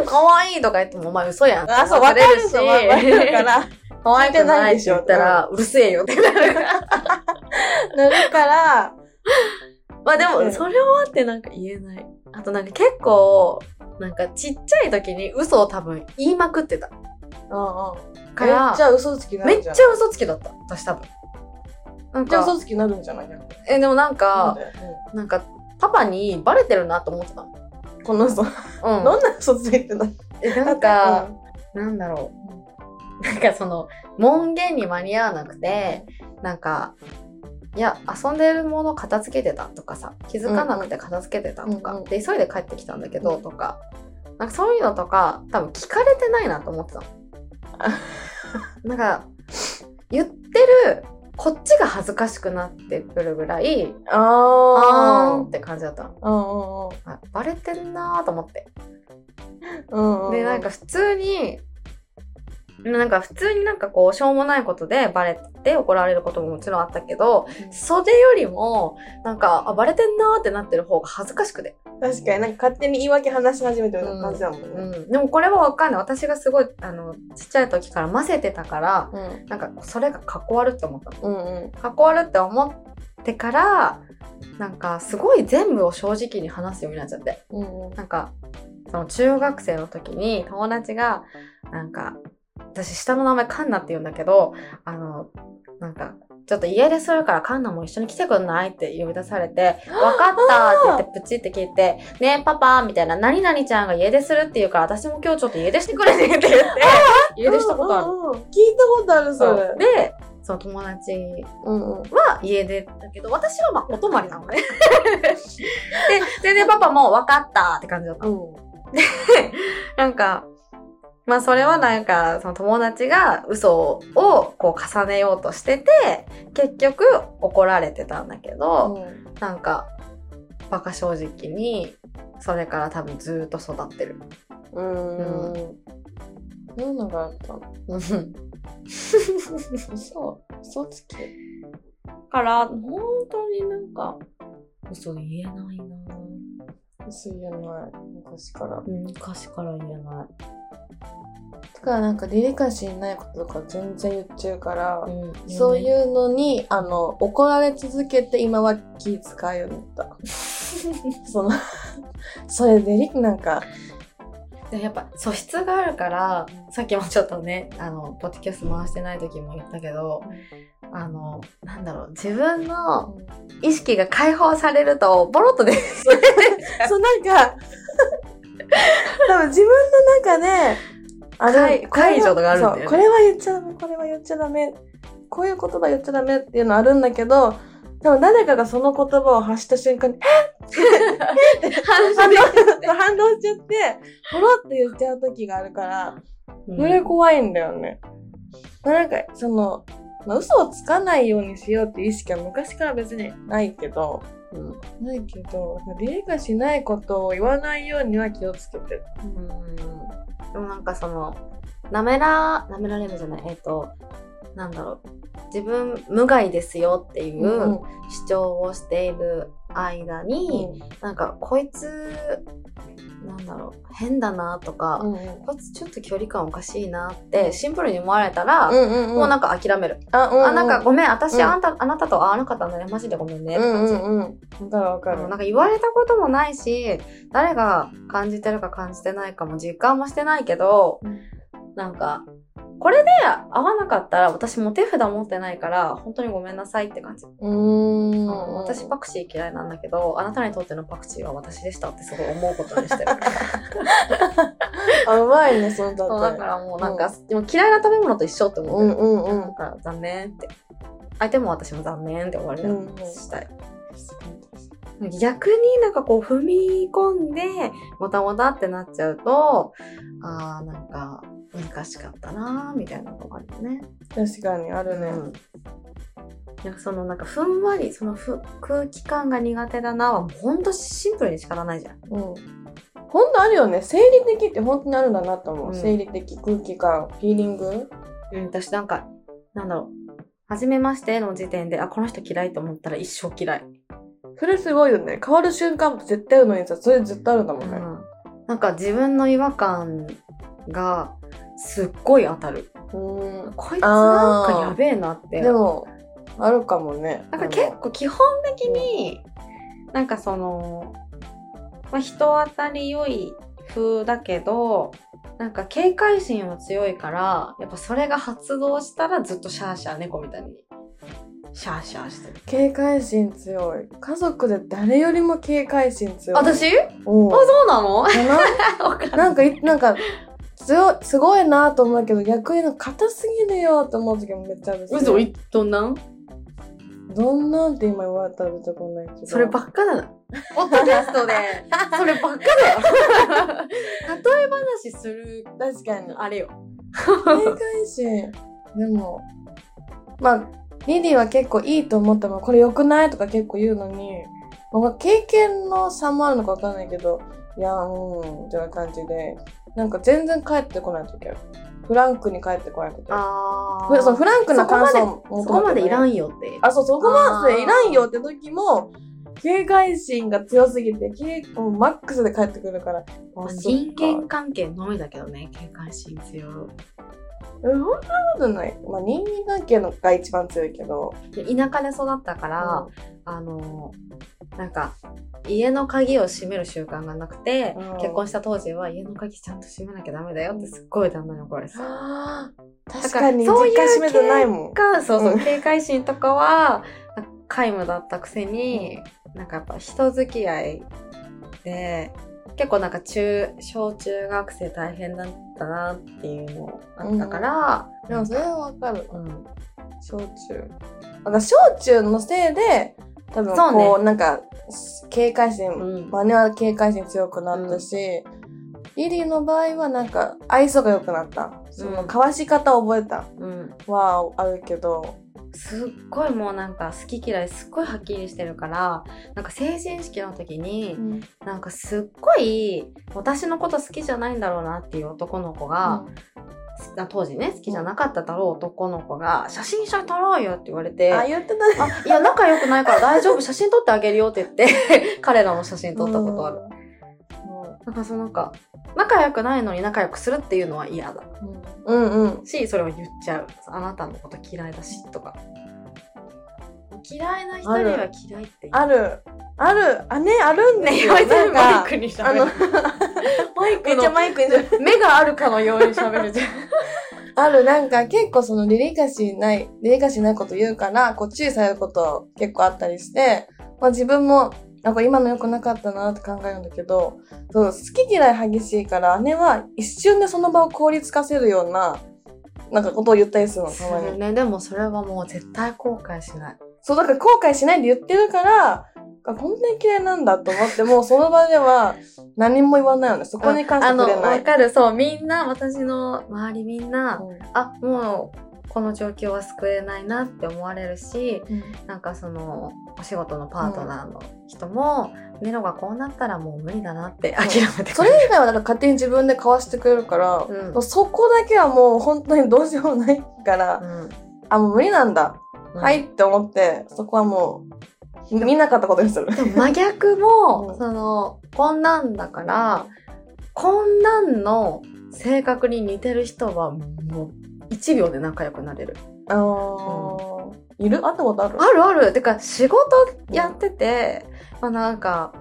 Speaker 1: うん、可愛いとか言っても、お前嘘やん。
Speaker 2: あ、そう、
Speaker 1: わ
Speaker 2: 分かるし、
Speaker 1: し
Speaker 2: 分かる か。ら、
Speaker 1: 可愛
Speaker 2: 聞いて
Speaker 1: く
Speaker 2: な
Speaker 1: ないいっ
Speaker 2: で
Speaker 1: て
Speaker 2: しょ
Speaker 1: 言ったら、うるせえ よってなるから。
Speaker 2: なるから、
Speaker 1: まあで
Speaker 2: う
Speaker 1: も、
Speaker 2: ん
Speaker 1: それはあってなんか言えない。あとなんか結構、なんかちっちゃい時に嘘を多分言いまくってた。
Speaker 2: うんうん。
Speaker 1: か
Speaker 2: め
Speaker 1: ら
Speaker 2: っち、ゃ嘘つきにな
Speaker 1: め
Speaker 2: るん
Speaker 1: っち
Speaker 2: じゃ
Speaker 1: ゃ
Speaker 2: ない
Speaker 1: 嘘つきだった。私多分。なん
Speaker 2: めっちゃ
Speaker 1: か、
Speaker 2: 嘘つきになるんじゃない逆に
Speaker 1: え、でもなん
Speaker 2: なん
Speaker 1: か、
Speaker 2: だよう
Speaker 1: なんか、パパにバレてるなと思ってたの。
Speaker 2: んこの嘘、
Speaker 1: うん。
Speaker 2: どんな嘘ついてたの
Speaker 1: え、なんか、、なんだろう。なんかその、門限に間に合わなくて、なんか、いや、遊んでるもの片付けてたとかさ、気づかなくて片付けてたと
Speaker 2: うん
Speaker 1: か
Speaker 2: う、ん
Speaker 1: で、急いで帰ってきたんだけど、
Speaker 2: うん
Speaker 1: とか、なんかそういうのとか、多分聞かれてないなと思ってたの。 なんか、言ってる、こっちが恥ずかしくなってくるぐらい、
Speaker 2: うんあ
Speaker 1: あーん
Speaker 2: ー
Speaker 1: って感じだったの。
Speaker 2: うんうんうん
Speaker 1: あバレてんなーと思って。
Speaker 2: うんうん。
Speaker 1: で、なんか、普通に、なんか普通になんかこう、しょうもないことでバレて怒られることももちろんあったけど、それよりも、なんか、あ、バレてんなーってなってる方が恥ずかしくて。
Speaker 2: 確かになんか勝手に言い訳話し始めてるような感じだもんね。
Speaker 1: うん。でもこれはわかんない。私がすごい、あの、ちっちゃい時から混ぜてたから、
Speaker 2: うん
Speaker 1: なんか、それがかっこ悪って思ったの。
Speaker 2: うんうん
Speaker 1: かっこ悪って思ってから、なんか、すごい全部を正直に話すようになっちゃって。
Speaker 2: うんうん
Speaker 1: なんか、その中学生の時に友達が、なんか、私下の名前カンナって言うんだけど、あの、なんか、ちょっと家出するからカンナも一緒に来てくんないって呼び出されて、わかったって言ってプチって聞いて、ねえパパみたいな、何々ちゃんが家出するって言うから私も今日ちょっと家出してくれねって言って、家出したことある。
Speaker 2: うんうんうん聞いたことあるそ
Speaker 1: そ
Speaker 2: れ
Speaker 1: う。で、その友達
Speaker 2: うんうん。
Speaker 1: は家出だけど、私はまあお泊まりな のね。で、全然パパも分かったって感じだったの。なんか、まあそれはなんか、その友達が嘘をこう重ねようとしてて、結局怒られてたんだけど、なんか、バカ正直に、それから多分ずーっと育ってる。
Speaker 2: うん。うん。どんなのがあったの嘘嘘つき
Speaker 1: から、本当になんか、嘘言えないな
Speaker 2: 嘘言えない。昔から。
Speaker 1: 昔から言えない。
Speaker 2: だからなんかデリカシーないこととか全然言っちゃうから、
Speaker 1: うん、。
Speaker 2: そういううのに、あの、怒られ続けて今は気遣いようになった。その、それデリ、なんか、
Speaker 1: でやっぱ素質があるから、さっきもちょっとね、あの、ポッドキャスト回してない時も言ったけど、あの、なんだろう、自分の意識が解放されると、ボロッとね、
Speaker 2: そうなんか、多分自分の中で、あ
Speaker 1: 解解除とかあるんだよね
Speaker 2: そうこれは言っちゃダメ、これは言っちゃダメ、こういう言葉言っちゃダメっていうのあるんだけど、多分誰かがその言葉を発した 瞬間に、反応 反応しちゃって、ポロって言っちゃう時があるから、それ怖いんだよね。まあなんか、その、まあ、嘘をつかないようにしようっていう意識は昔から別にないけど、
Speaker 1: うん
Speaker 2: ないけど、なんか理解しないことを言わないようには気をつけてる。
Speaker 1: うんでもなんかその、なめら、なめられるじゃない、えっ、と、なんだろう、自分無害ですよっていうう主張をしている間に、なんかこいつ、なんだろう、変だなとか、
Speaker 2: うん
Speaker 1: こいつちょっと距離感おかしいなってシンプルに思われたら、
Speaker 2: うん
Speaker 1: もうなんんか諦める。
Speaker 2: か、あ、うんうん、
Speaker 1: あ、なんかごめん、私、
Speaker 2: うん
Speaker 1: あんた、あなたと会わなかったんだね、マジでごめんね。って
Speaker 2: うん
Speaker 1: 感
Speaker 2: う
Speaker 1: じ
Speaker 2: んうん。わかるわか
Speaker 1: あの
Speaker 2: る。
Speaker 1: なんか言われたこともないし、誰が感じてるか感じてないかも実感もしてないけど、
Speaker 2: うん
Speaker 1: なんか、これで会わなかったら私も手札持ってないから、本当にごめんなさいって感じ。
Speaker 2: うーん。
Speaker 1: 私パクチー嫌いなんだけど、あなたにとってのパクチーは私でしたってすごい思うことにしてる。
Speaker 2: あ、うまい ね、その例
Speaker 1: そうだか
Speaker 2: え。
Speaker 1: らもうなんか、でも嫌いな食べ物と一緒って思
Speaker 2: う
Speaker 1: って
Speaker 2: ん
Speaker 1: る。
Speaker 2: うんうん
Speaker 1: だ。から残念って。相手も私も残念って思われるようにしたい。逆になんかこう踏み込んで、もたもたってなっちゃうと、ああ、なんか難しかったなーみたいなのがあるよね。
Speaker 2: 確かにあるね。
Speaker 1: うんなんかそのなんかふんわり、そのふ空気感が苦手だなーはもうほんとシンプルに仕方ないじゃん。
Speaker 2: うん。本当あるよね。生理的って本当にあるんだなと思う。
Speaker 1: うん
Speaker 2: 生理的空気感、フィーリング。
Speaker 1: うん、私なんか、なんだろう。初めましての時点で、あ、この人嫌いと思ったら一生嫌い。
Speaker 2: それすごいよね。変わる瞬間も絶対あるのにさ、それ絶対あるんだもんね。
Speaker 1: うん、なんか自分の違和感がすっごい当たる。
Speaker 2: うん。
Speaker 1: こいつなんかやべえなって。
Speaker 2: でも、あるかもね。
Speaker 1: なんか結構基本的に、なんかその、まあ、人当たり良い風だけど、なんか警戒心は強いから、やっぱそれが発動したらずっとシャーシャー猫みたいに、シャーシャーしてる。
Speaker 2: 警戒心強い。家族で誰よりも警戒心強い。
Speaker 1: 私あ、
Speaker 2: うん。
Speaker 1: そうなの
Speaker 2: かな
Speaker 1: わかん
Speaker 2: なんかい、なんか、強い、すごいなと思うけど、逆に硬すぎるよと思う時もめっちゃあるし。
Speaker 1: 嘘いどんなん
Speaker 2: どんなんって今言われたら出てこないけど。
Speaker 1: そればっかだな。ポッドキャストで、そればっかだよ。例え話する、
Speaker 2: 確かに。
Speaker 1: あれよ。
Speaker 2: 警戒心。でも、まあ、リリーは結構いいと思ったもん、これ良くないとか結構言うのに、まあ、経験の差もあるのかわかんないけど、いや、うん、みたいな感じで、なんか全然帰ってこない時ある。フランクに帰ってこない時ある。
Speaker 1: あ
Speaker 2: ふそのフランクな感想も
Speaker 1: そこまでいら
Speaker 2: ん。
Speaker 1: んよって。
Speaker 2: あ、そう、そこまでいらんよって時も、警戒心が強すぎて、結構マックスで帰ってくるから。あそっか
Speaker 1: 人間関係のみだけどね、警戒心強
Speaker 2: え、そんなことない。まあ、人間関係のが一番強いけど。
Speaker 1: い。で田舎で育ったから、あの、なんか、家の鍵を閉める習慣がなくて、
Speaker 2: うん
Speaker 1: 結婚した当時は家の鍵ちゃんと閉めなきゃダメだよってすっごい旦那に怒られてた。
Speaker 2: あー
Speaker 1: だ
Speaker 2: 確
Speaker 1: から
Speaker 2: かに、
Speaker 1: そういう
Speaker 2: 実家閉めてないもん。
Speaker 1: が、そうそうう、
Speaker 2: ん
Speaker 1: 警戒心とかは、なんか皆無だったくせに、なんかやっぱ人付き合いで、結構なんか中、小中学生大変だったなっていうのあったから、
Speaker 2: でもそれはわかる。
Speaker 1: うん、
Speaker 2: 焼酎。なんか焼酎のせいで、多分
Speaker 1: そうね
Speaker 2: こう、なんか、警戒心、
Speaker 1: うん
Speaker 2: マネは警戒心強くなったし、リリーの場合はなんか、愛想が良くなった。その、
Speaker 1: うん
Speaker 2: 交わし方を覚えた
Speaker 1: うん、
Speaker 2: はあるけど、
Speaker 1: すっごいもうなんか好き嫌いすっごいはっきりしてるからなんか成人式の時になんかすっごい私のこと好きじゃないんだろうなっていう男の子が、な当時ね好きじゃなかっただろう男の子が「写真一緒に撮ろうよ」って言われて
Speaker 2: あ、言ってたね。
Speaker 1: あ、いや、仲良くないから大丈夫、写真撮ってあげるよって言って、 彼らの写真撮ったことある。なんかそのなんか、仲良くないのに仲良くするっていうのは嫌だ
Speaker 2: うん。うんうん。
Speaker 1: し、それを言っちゃう。あなたのこと嫌いだし、とか。嫌いな人には嫌いって言う。
Speaker 2: ある。ある。あ、ね、あるん
Speaker 1: ね、
Speaker 2: です
Speaker 1: 言
Speaker 2: よ。
Speaker 1: われてるマ
Speaker 2: な
Speaker 1: イ
Speaker 2: ん
Speaker 1: ク
Speaker 2: か、
Speaker 1: にしゃ
Speaker 2: あ
Speaker 1: べる
Speaker 2: の。、
Speaker 1: マイ
Speaker 2: め
Speaker 1: ク
Speaker 2: っちゃ
Speaker 1: の
Speaker 2: マイクに喋る
Speaker 1: 目があるかのように喋 るじゃん。
Speaker 2: ある、なんか結構そのリリカシーない、リリカシーないこと言うから、こう注意されること結構あったりして、まあ自分も、あ、これ今の良くなかったなって考えるんだけど、そう、好き嫌い激しいから、姉は一瞬でその場を凍りつかせるような、なんかことを言ったりするの、
Speaker 1: す
Speaker 2: たま
Speaker 1: る
Speaker 2: に。
Speaker 1: ね。でもそれはもう絶対後悔しない。
Speaker 2: そう、だから後悔しないで言ってるから、あこんなに嫌いなんだと思って、もうその場では何も言わないよね。そこに関して
Speaker 1: あの、
Speaker 2: 触れな
Speaker 1: わ
Speaker 2: い。
Speaker 1: かる。そう、みんな、私の周りみんな、
Speaker 2: うん
Speaker 1: あもうこの状況は救えないなって思われるしなんかそのお仕事のパートナーの人も、メロがこうなったらもう無理だなって諦めて
Speaker 2: それ以外はだから勝手に自分で買わしてくれるから、
Speaker 1: うん
Speaker 2: もうそこだけはもう本当にどうしようもないから、
Speaker 1: うん
Speaker 2: あ、もう無理なんだ。
Speaker 1: うん
Speaker 2: はいって思って、そこはもう、見なかったことにする。
Speaker 1: でも真逆
Speaker 2: う
Speaker 1: も
Speaker 2: ん
Speaker 1: そのこんなんだからこんなんの性格に似てる人はもう1秒で仲良くなれる
Speaker 2: あのーいる会ったことある
Speaker 1: あるある。てか、仕事やってて、まあなんか、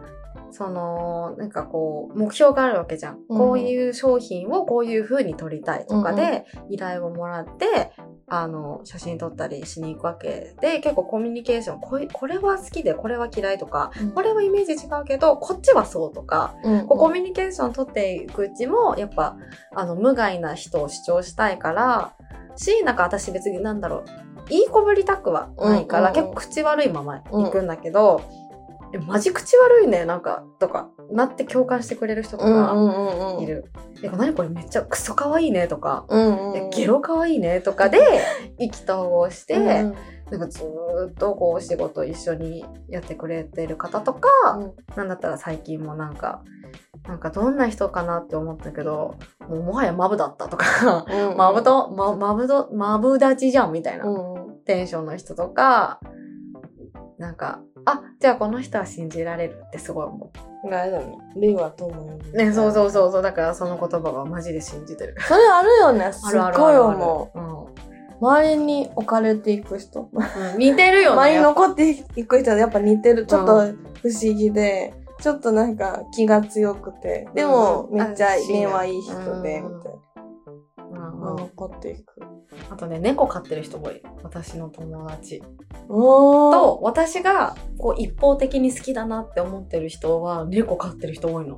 Speaker 1: その、なんかこう、目標があるわけじゃん。
Speaker 2: うん
Speaker 1: こういう商品をこういう風に撮りたいとかで、依頼をもらって、あの、写真撮ったりしに行くわけで、結構コミュニケーション、こいこれは好きで、これは嫌いとか、これはイメージ違うけど、こっちはそうとか、
Speaker 2: うん
Speaker 1: こうコミュニケーション取っていくうちもやっぱあの無害な人を主張したいからしなんか私別になんだろういいこぶりたくはないから、
Speaker 2: うんうんうん
Speaker 1: 結構口悪いまま行くんだけど、えマジ口悪いねなんかとかなって共感してくれる人と
Speaker 2: うんう
Speaker 1: か
Speaker 2: んうんうん。
Speaker 1: いる。え何これめっちゃクソ可愛いねとか、
Speaker 2: うんうん。
Speaker 1: えゲロ可愛いねとかで意気投合して、
Speaker 2: うんうん
Speaker 1: なんかずーっとこうお仕事一緒にやってくれてる方とか、
Speaker 2: うん
Speaker 1: なんだったら最近もなんか、なんかどんな人かなって思ったけど、もうもはやマブだったとか、
Speaker 2: うん
Speaker 1: マブと、まマブと、マブ立ちじゃんみたいな
Speaker 2: うんうん
Speaker 1: テンションの人とか、なんか、あ、じゃあこの人は信じられるってすごい思
Speaker 2: あれだね。ルイは友よ。
Speaker 1: う。ね、そうそう
Speaker 2: う。
Speaker 1: そうそう、だからその言葉はマジで信じてる。
Speaker 2: それあるよね。す
Speaker 1: あ
Speaker 2: っ
Speaker 1: るある
Speaker 2: ご
Speaker 1: あ
Speaker 2: い
Speaker 1: るある
Speaker 2: 思
Speaker 1: うん
Speaker 2: う。周りに置かれていく人。
Speaker 1: うん似てるよ
Speaker 2: 周り
Speaker 1: ね
Speaker 2: に。残っていく人はやっぱ似てる。ちょっと不思議で、ちょっとなんか気が強くて、でも
Speaker 1: うん
Speaker 2: めっちゃ
Speaker 1: あ不思議
Speaker 2: 根
Speaker 1: な
Speaker 2: はいい人で、
Speaker 1: うん
Speaker 2: みたい
Speaker 1: うん
Speaker 2: な。
Speaker 1: うん
Speaker 2: 残っていく。
Speaker 1: あとね、猫飼ってる人もいる。私の友達。
Speaker 2: おー。
Speaker 1: と私がこう一方的に好きだなって思ってる人は猫飼ってる人多いの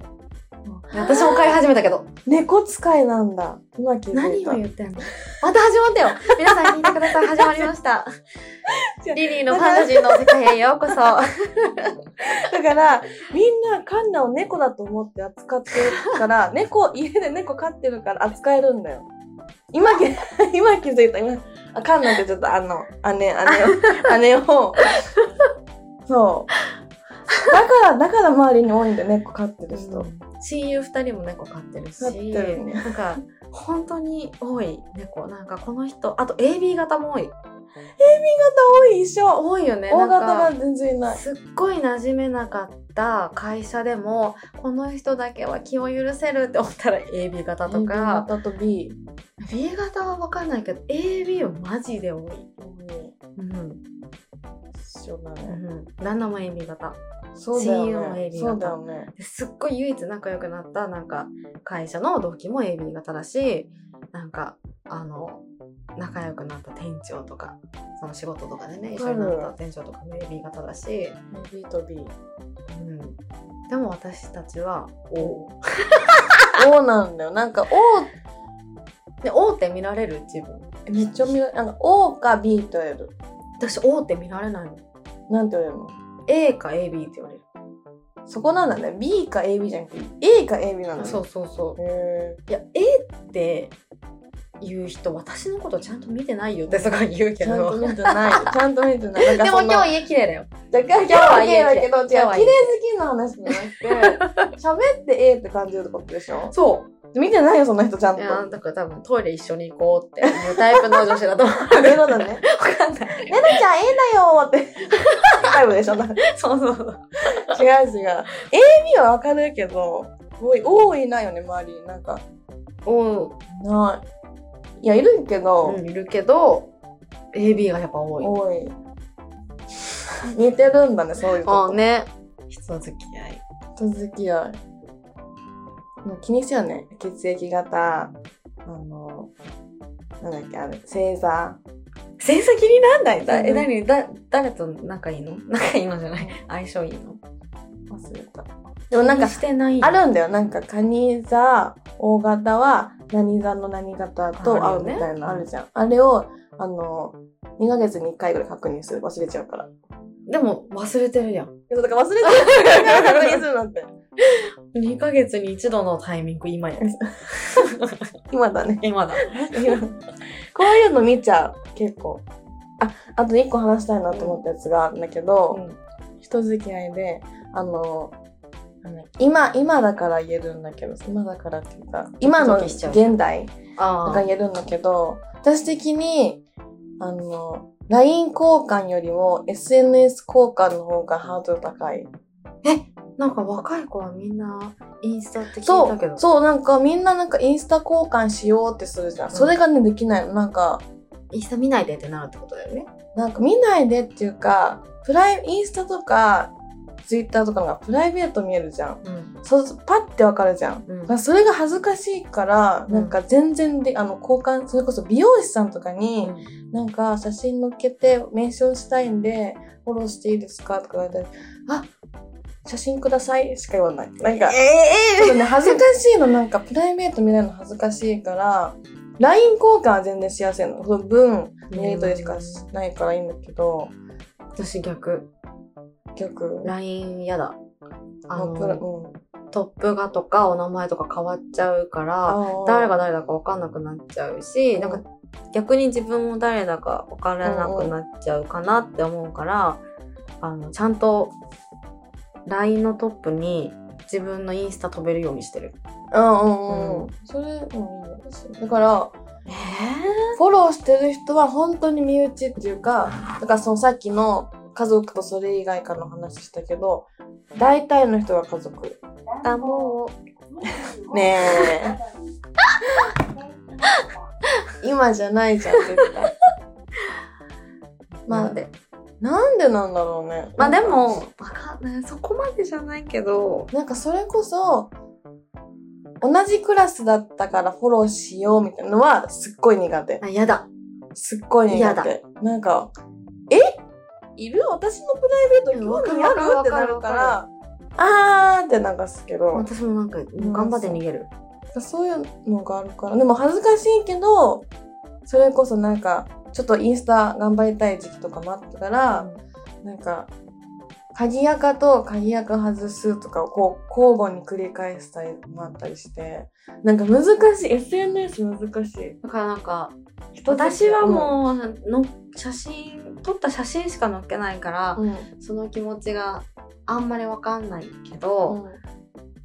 Speaker 1: 私も飼い始めたけど
Speaker 2: 猫使いなんだ。今気づいた。
Speaker 1: 何を言ってんのまた始まったよ皆さん聞いてくだ さい始まりました
Speaker 2: 違う
Speaker 1: リリーのファンタジーの世界へようこそ
Speaker 2: だから、みんなカンナを猫だと思って扱って るから、猫、家で猫飼ってるから扱えるんだよ。今気、 今気づいた。今、あカンナってちょっとあの、姉、姉を、姉を、そう。だから、だから周りに多いんだよ、猫飼ってる人。
Speaker 1: 親友2人も猫飼ってるし
Speaker 2: 飼ってるね
Speaker 1: なんか本当に多い猫なんかこの人あと AB 型も多い
Speaker 2: 多い、一緒。
Speaker 1: 多いよね
Speaker 2: 大
Speaker 1: なん
Speaker 2: 型
Speaker 1: か
Speaker 2: が全然いない。
Speaker 1: すっごい馴染めなかった会社でもこの人だけは気を許せるって思ったら AB 型と
Speaker 2: A
Speaker 1: か
Speaker 2: 型と B。
Speaker 1: B 型は分かんないけど AB はマジで多い、うん
Speaker 2: 一緒だ
Speaker 1: う
Speaker 2: ね。
Speaker 1: ん、旦那も AB 型
Speaker 2: そうだ
Speaker 1: 親友も AB
Speaker 2: よ
Speaker 1: 型
Speaker 2: ね。そうだよね。
Speaker 1: ですっごい唯一仲良くなったなんか会社の同期も AB 型だしなんかあの仲良くなった店長とかその仕事とかでね一緒になった店長とかも AB 型だし、
Speaker 2: B と B。
Speaker 1: うん、でも私たちは O
Speaker 2: O なんだよ。なんか O
Speaker 1: で、王って見られる自分。
Speaker 2: えめっちゃ見られ、あの、O か B と言える。
Speaker 1: 私 O って見られないの
Speaker 2: なんて言えるの
Speaker 1: A か AB って言われる、
Speaker 2: そこなんだね。B か AB じゃなくて、A か AB なんだ、ね。
Speaker 1: そうそうそう
Speaker 2: う。へ
Speaker 1: いや A って言う人私のことちゃんと見てないよってすごい言う
Speaker 2: ー
Speaker 1: け
Speaker 2: ちゃんと
Speaker 1: ど
Speaker 2: 見てない。 ちゃんと見てない。
Speaker 1: でも今日
Speaker 2: 日、
Speaker 1: 家綺麗だよ
Speaker 2: じゃあ今日は
Speaker 1: 今日は
Speaker 2: A だけど、違う、
Speaker 1: 今日は
Speaker 2: 綺麗好きの話じゃなくて、喋って A って感じるってことでしょ
Speaker 1: そう
Speaker 2: 見てないよ、そんな人ちゃん
Speaker 1: い
Speaker 2: と。
Speaker 1: やだから多分トイレ一緒に行こうっていうタイプの女子だと思う。
Speaker 2: そういうこ
Speaker 1: わかん
Speaker 2: とね。
Speaker 1: ない。
Speaker 2: ねなちゃん A だよーって。タイプでしょなんか
Speaker 1: そうそうそう。
Speaker 2: 違う違う。AB はわかるけど、多い、多いないよね、周りに。なんか、
Speaker 1: お
Speaker 2: ない。いや、いるけど、
Speaker 1: うん、いるけど、AB がやっぱ多い。
Speaker 2: 多い。似てるんだね、そういうこと。
Speaker 1: ね。人付き合い。
Speaker 2: 人付き合い。もう気にしちゃうね。血液型、あの、なんだっけ、あれ、星座。
Speaker 1: 成績になんない
Speaker 2: だ
Speaker 1: え、
Speaker 2: え
Speaker 1: 何だ、誰と仲いいの 仲いいのじゃない相性いいの
Speaker 2: 忘れた。でもなんか、
Speaker 1: してない
Speaker 2: あるんだよ。なんか、カニ座、大型は、何座の何型と合うみたいなのあるじゃん。あれを、あの、2ヶ月に1回ぐらい確認する。忘れちゃう から。
Speaker 1: でも忘れてるやん。
Speaker 2: そうだから忘れちゃうから 確認するなんて。
Speaker 1: 2ヶ月に一度のタイミング今や。
Speaker 2: 今だね。
Speaker 1: 今だ。
Speaker 2: こういうの見ちゃう、結構。あ、あと一個話したいなと思ったやつがあるんだけど、人付き合いで、あの、なんだっけ今、今だから言えるんだけど、今だからっていうか、今
Speaker 1: ド
Speaker 2: の
Speaker 1: キドキしちゃう
Speaker 2: 現代
Speaker 1: あ
Speaker 2: とか
Speaker 1: あ。
Speaker 2: 言えるんだけど、私的に、あの、LINE 交換よりも SNS 交換の方がハードル高い。
Speaker 1: なんか若い子はみんなインスタって聞い
Speaker 2: そ
Speaker 1: たけ
Speaker 2: う、
Speaker 1: ど。
Speaker 2: そう、なんかみんななんかインスタ交換しようってするじゃん。それがね、できないの。なんか、
Speaker 1: インスタ見ないでってなるってことだよね。
Speaker 2: なんか見ないでっていうか、プライ、インスタとか、ツイッターとかのがプライベート見えるじゃん。
Speaker 1: うん。
Speaker 2: そう、パッてわかるじゃん。
Speaker 1: うん
Speaker 2: まあそれが恥ずかしいから、
Speaker 1: うん
Speaker 2: なんか全然で、あの、交換、それこそ美容師さんとかに、なんか写真載っけて、メンションしたいんで、フォローしていいですかとか言われたら、あ写真くださいしか言わない。なんか、ちょっとね、恥ずかしいの、なんか、プライベート見ないの恥ずかしいから、LINE 交換は全然しやすいの。その文、やりとりしかしないからいいんだけど、
Speaker 1: 私逆。
Speaker 2: 逆、
Speaker 1: LINE やだ。あ
Speaker 2: まあプラ
Speaker 1: の、
Speaker 2: うん
Speaker 1: トップ画とかお名前とか変わっちゃうから、
Speaker 2: あー
Speaker 1: 誰が誰だかわかんなくなっちゃうし、
Speaker 2: うん
Speaker 1: なんか逆に自分も誰だかわからなくなっちゃうかなって思うから、あの、ちゃんと LINE のトップに自分のインスタ飛べるようにしてる。
Speaker 2: うんうんう。
Speaker 1: うん
Speaker 2: それもいいのかしらだから、
Speaker 1: え
Speaker 2: フォローしてる人は本当に身内っていうか、だからそのさっきの家族とそれ以外からの話したけど、大体の人が家族。
Speaker 1: ー、だも
Speaker 2: ね え。今じゃないじゃん、絶対。
Speaker 1: う、
Speaker 2: ま
Speaker 1: ま
Speaker 2: あ
Speaker 1: あ、で。
Speaker 2: なんでなんだろうね。
Speaker 1: まあでも、わかんない。そこまでじゃないけど、
Speaker 2: なんかそれこそ、同じクラスだったからフォローしようみたいなのはすっごい苦手。
Speaker 1: あ、やだ。
Speaker 2: すっごい
Speaker 1: 嫌
Speaker 2: 苦
Speaker 1: だ
Speaker 2: 手。なんか、えいる私のプライベート興味あ
Speaker 1: うん
Speaker 2: る
Speaker 1: わ
Speaker 2: って
Speaker 1: か
Speaker 2: な
Speaker 1: る
Speaker 2: る
Speaker 1: わか
Speaker 2: か
Speaker 1: る
Speaker 2: ら、あーって流すけど、
Speaker 1: 私もなんか、もう頑張って逃げる。
Speaker 2: そういうのがあるから、でも恥ずかしいけど、それこそなんか、ちょっとインスタ頑張りたい時期とかもあったから、なんか、鍵垢と鍵垢外すとかをこう交互に繰り返したりもあったりして、なんか難しい、SNS 難しい。
Speaker 1: だからなんか、
Speaker 2: 人付き合
Speaker 1: 私
Speaker 2: い
Speaker 1: はもう、の写真、撮った写真しか載っけないから、
Speaker 2: うん、うん
Speaker 1: その気持ちがあんまりわかんないけど、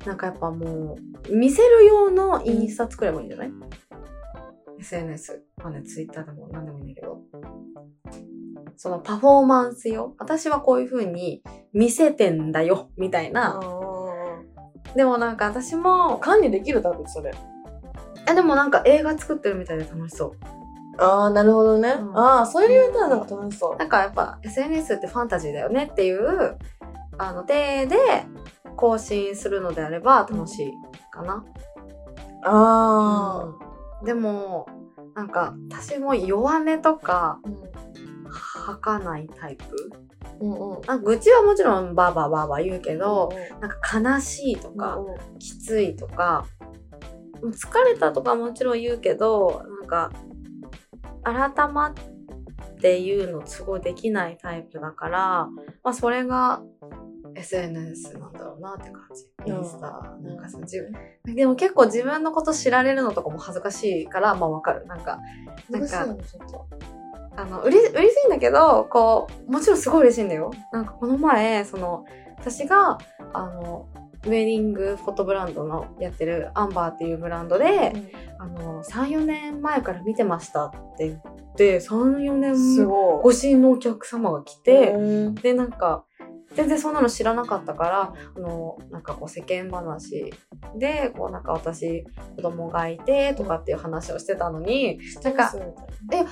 Speaker 1: なんかやっぱもう、見せる用のインスタ作ればいいんじゃない、?SNS。まあね、ツイッターでも何でもいいんだけど。そのパフォーマンス用。私はこういう風に見せてんだよ、みたいな。
Speaker 2: うん
Speaker 1: でもなんか私も、
Speaker 2: 管理できるだろ、それ。
Speaker 1: あでもなんか映画作ってるみたいで楽しそう。
Speaker 2: ああ、なるほどね。
Speaker 1: うん
Speaker 2: ああ、そういう理由ならなんか楽しそう。
Speaker 1: なんかやっぱ SNS ってファンタジーだよねっていう、あの、手で更新するのであれば楽しいかな。
Speaker 2: あ
Speaker 1: うんでも、なんか私も弱音とか
Speaker 2: あ、
Speaker 1: 吐かないタイプ。
Speaker 2: うん、うん、うん。
Speaker 1: あ愚痴はもちろんバーバーバーバー言うけど、
Speaker 2: う
Speaker 1: なんか悲しいとか、
Speaker 2: ん、
Speaker 1: きついとか疲れたとかもちろん言うけどなんか改まっていうのすごいできないタイプだから、まあ、それが SNS なんだろうなって感じ。インスタ、なんかそう自分、でも結構自分のこと知られるのとかも恥ずかしいから、まあわかる。なんか、なんか
Speaker 2: 難しいのちょっと
Speaker 1: あの、うれ、嬉しいんだけど、こう、もちろんすごい嬉しいんだよ。なんかこの前、その、私が、あの、ウェディングフォトブランドのやってるアンバーっていうブランドで、あの、3、4年前から見てましたって言って、3、4
Speaker 2: す
Speaker 1: 年
Speaker 2: ごい。
Speaker 1: 越しのお客様が来て、で、なんか、全然そんなの知らなかったから、あの、なんかこう世間話で、こうなんか私、子供がいてとかっていう話をしてたのに、なんか、ああ、そ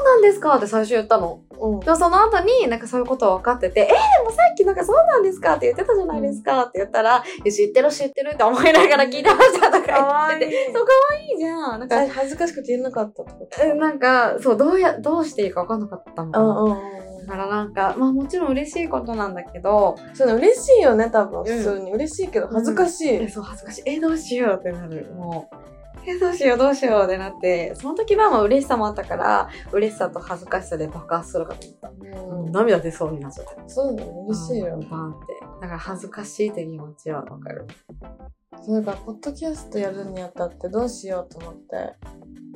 Speaker 1: うなんですかって最初言ったの。
Speaker 2: うん
Speaker 1: でもその後になんかそういうことを分かってて、えー、でもさっきなんかそうなんですかって言ってたじゃないですかって言ったら、いや知ってる知ってるって思いながら聞いてましたとか 言ってて、
Speaker 2: い
Speaker 1: そう、可愛いじゃん。なんか、
Speaker 2: 最初恥ずかしくて言えなかったってこと
Speaker 1: えなんか、そう、どうや、どうしていいか分かんなかったのか
Speaker 2: う
Speaker 1: な。
Speaker 2: んうん
Speaker 1: だからなんか、まあもちろん嬉しいことなんだけど、
Speaker 2: うん。そうね、嬉しいよね、多分。普通に。嬉しいけど、恥ずかしい。
Speaker 1: えそう、恥ずかしい。え、どうしようってなる。もう。え、どうしよう、どうしようってなって、その時はまあ嬉しさもあったから、嬉しさと恥ずかしさで爆発するかと思った。
Speaker 2: うん
Speaker 1: 涙出そうになっちゃった。
Speaker 2: そうだね、嬉しいよ
Speaker 1: うん
Speaker 2: ね。
Speaker 1: バンって。だから恥ずかしいって気持ちはわかる。
Speaker 2: そうだから、ポッドキャストやるにあたってどうしようと思って。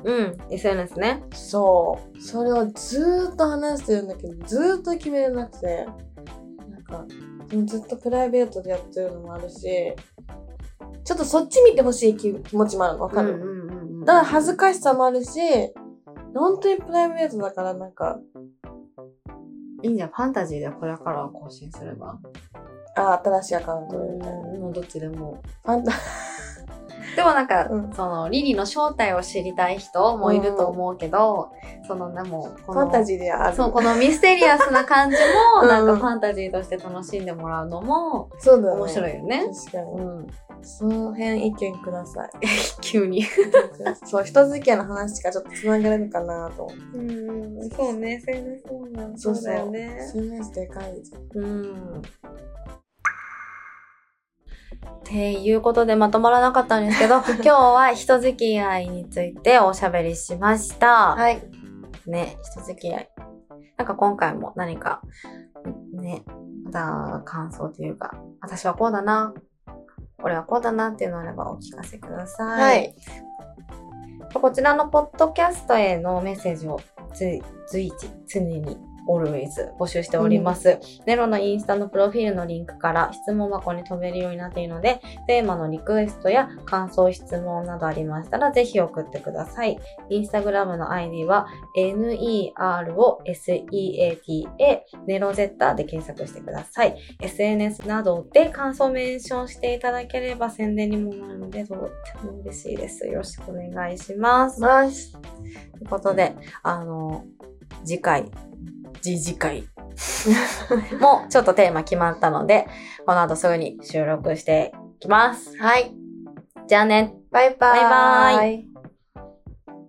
Speaker 1: うん、SNS ね。
Speaker 2: そう。それをずーっと話してるんだけど、ずーっと決めれなくて。なんか、でもずっとプライベートでやってるのもあるし、ちょっとそっち見てほしい気気持ちもあるの、わかる、
Speaker 1: うんうんうん
Speaker 2: だから恥ずかしさもあるし、本当にプライベートだからなんか、
Speaker 1: いいんじゃん、ファンタジーでこれからは更新すれば。
Speaker 2: あー、新しいアカウントでみたいな。
Speaker 1: もうどっちでも。
Speaker 2: ファンタ
Speaker 1: でもなんか、
Speaker 2: うん
Speaker 1: その、リリの正体を知りたい人もいると思うけど、その、でも、
Speaker 2: フ
Speaker 1: この
Speaker 2: ァンタジーである。
Speaker 1: そう、このミステリアスな感じも、
Speaker 2: うん
Speaker 1: なんかファンタジーとして楽しんでもらうのも、
Speaker 2: そうだよね。
Speaker 1: 面白いよね。
Speaker 2: 確かに。
Speaker 1: うん。
Speaker 2: その辺意見ください。
Speaker 1: 急に。
Speaker 2: そう、人付き合いの話がちょっと繋がれるかなと思って。
Speaker 1: うん、そうね、SNS も
Speaker 2: そうだよね。SNS でかいじゃん。
Speaker 1: うん。っていうことでまとまらなかったんですけ ど、今日は人付き合いについておしゃべりしました。
Speaker 2: はい。
Speaker 1: ね、人付き合い。なんか今回も何か、ね、また感想というか、私はこうだな、これはこうだなっていうのあればお聞かせください。
Speaker 2: はい。
Speaker 1: こちらのポッドキャストへのメッセージを随随時、常に、always 募集しております。ネロのインスタのプロフィールのリンクから質問箱に飛べるようになっているので、テーマのリクエストや感想、質問などありましたら、ぜひ送ってください。インスタグラムの ID は、neroseta ネロゼッタで検索してください。SNS などで感想をメンションしていただければ宣伝にもなるので、とっても嬉しいです。よろしくお願いします。
Speaker 2: ます。
Speaker 1: ということで、あの、次回、次次 回もちょっとテーマ決まったので、この後すぐに収録していきます。
Speaker 2: はい。
Speaker 1: じゃあね。
Speaker 2: バイバーイ。
Speaker 1: バイバ
Speaker 2: イ。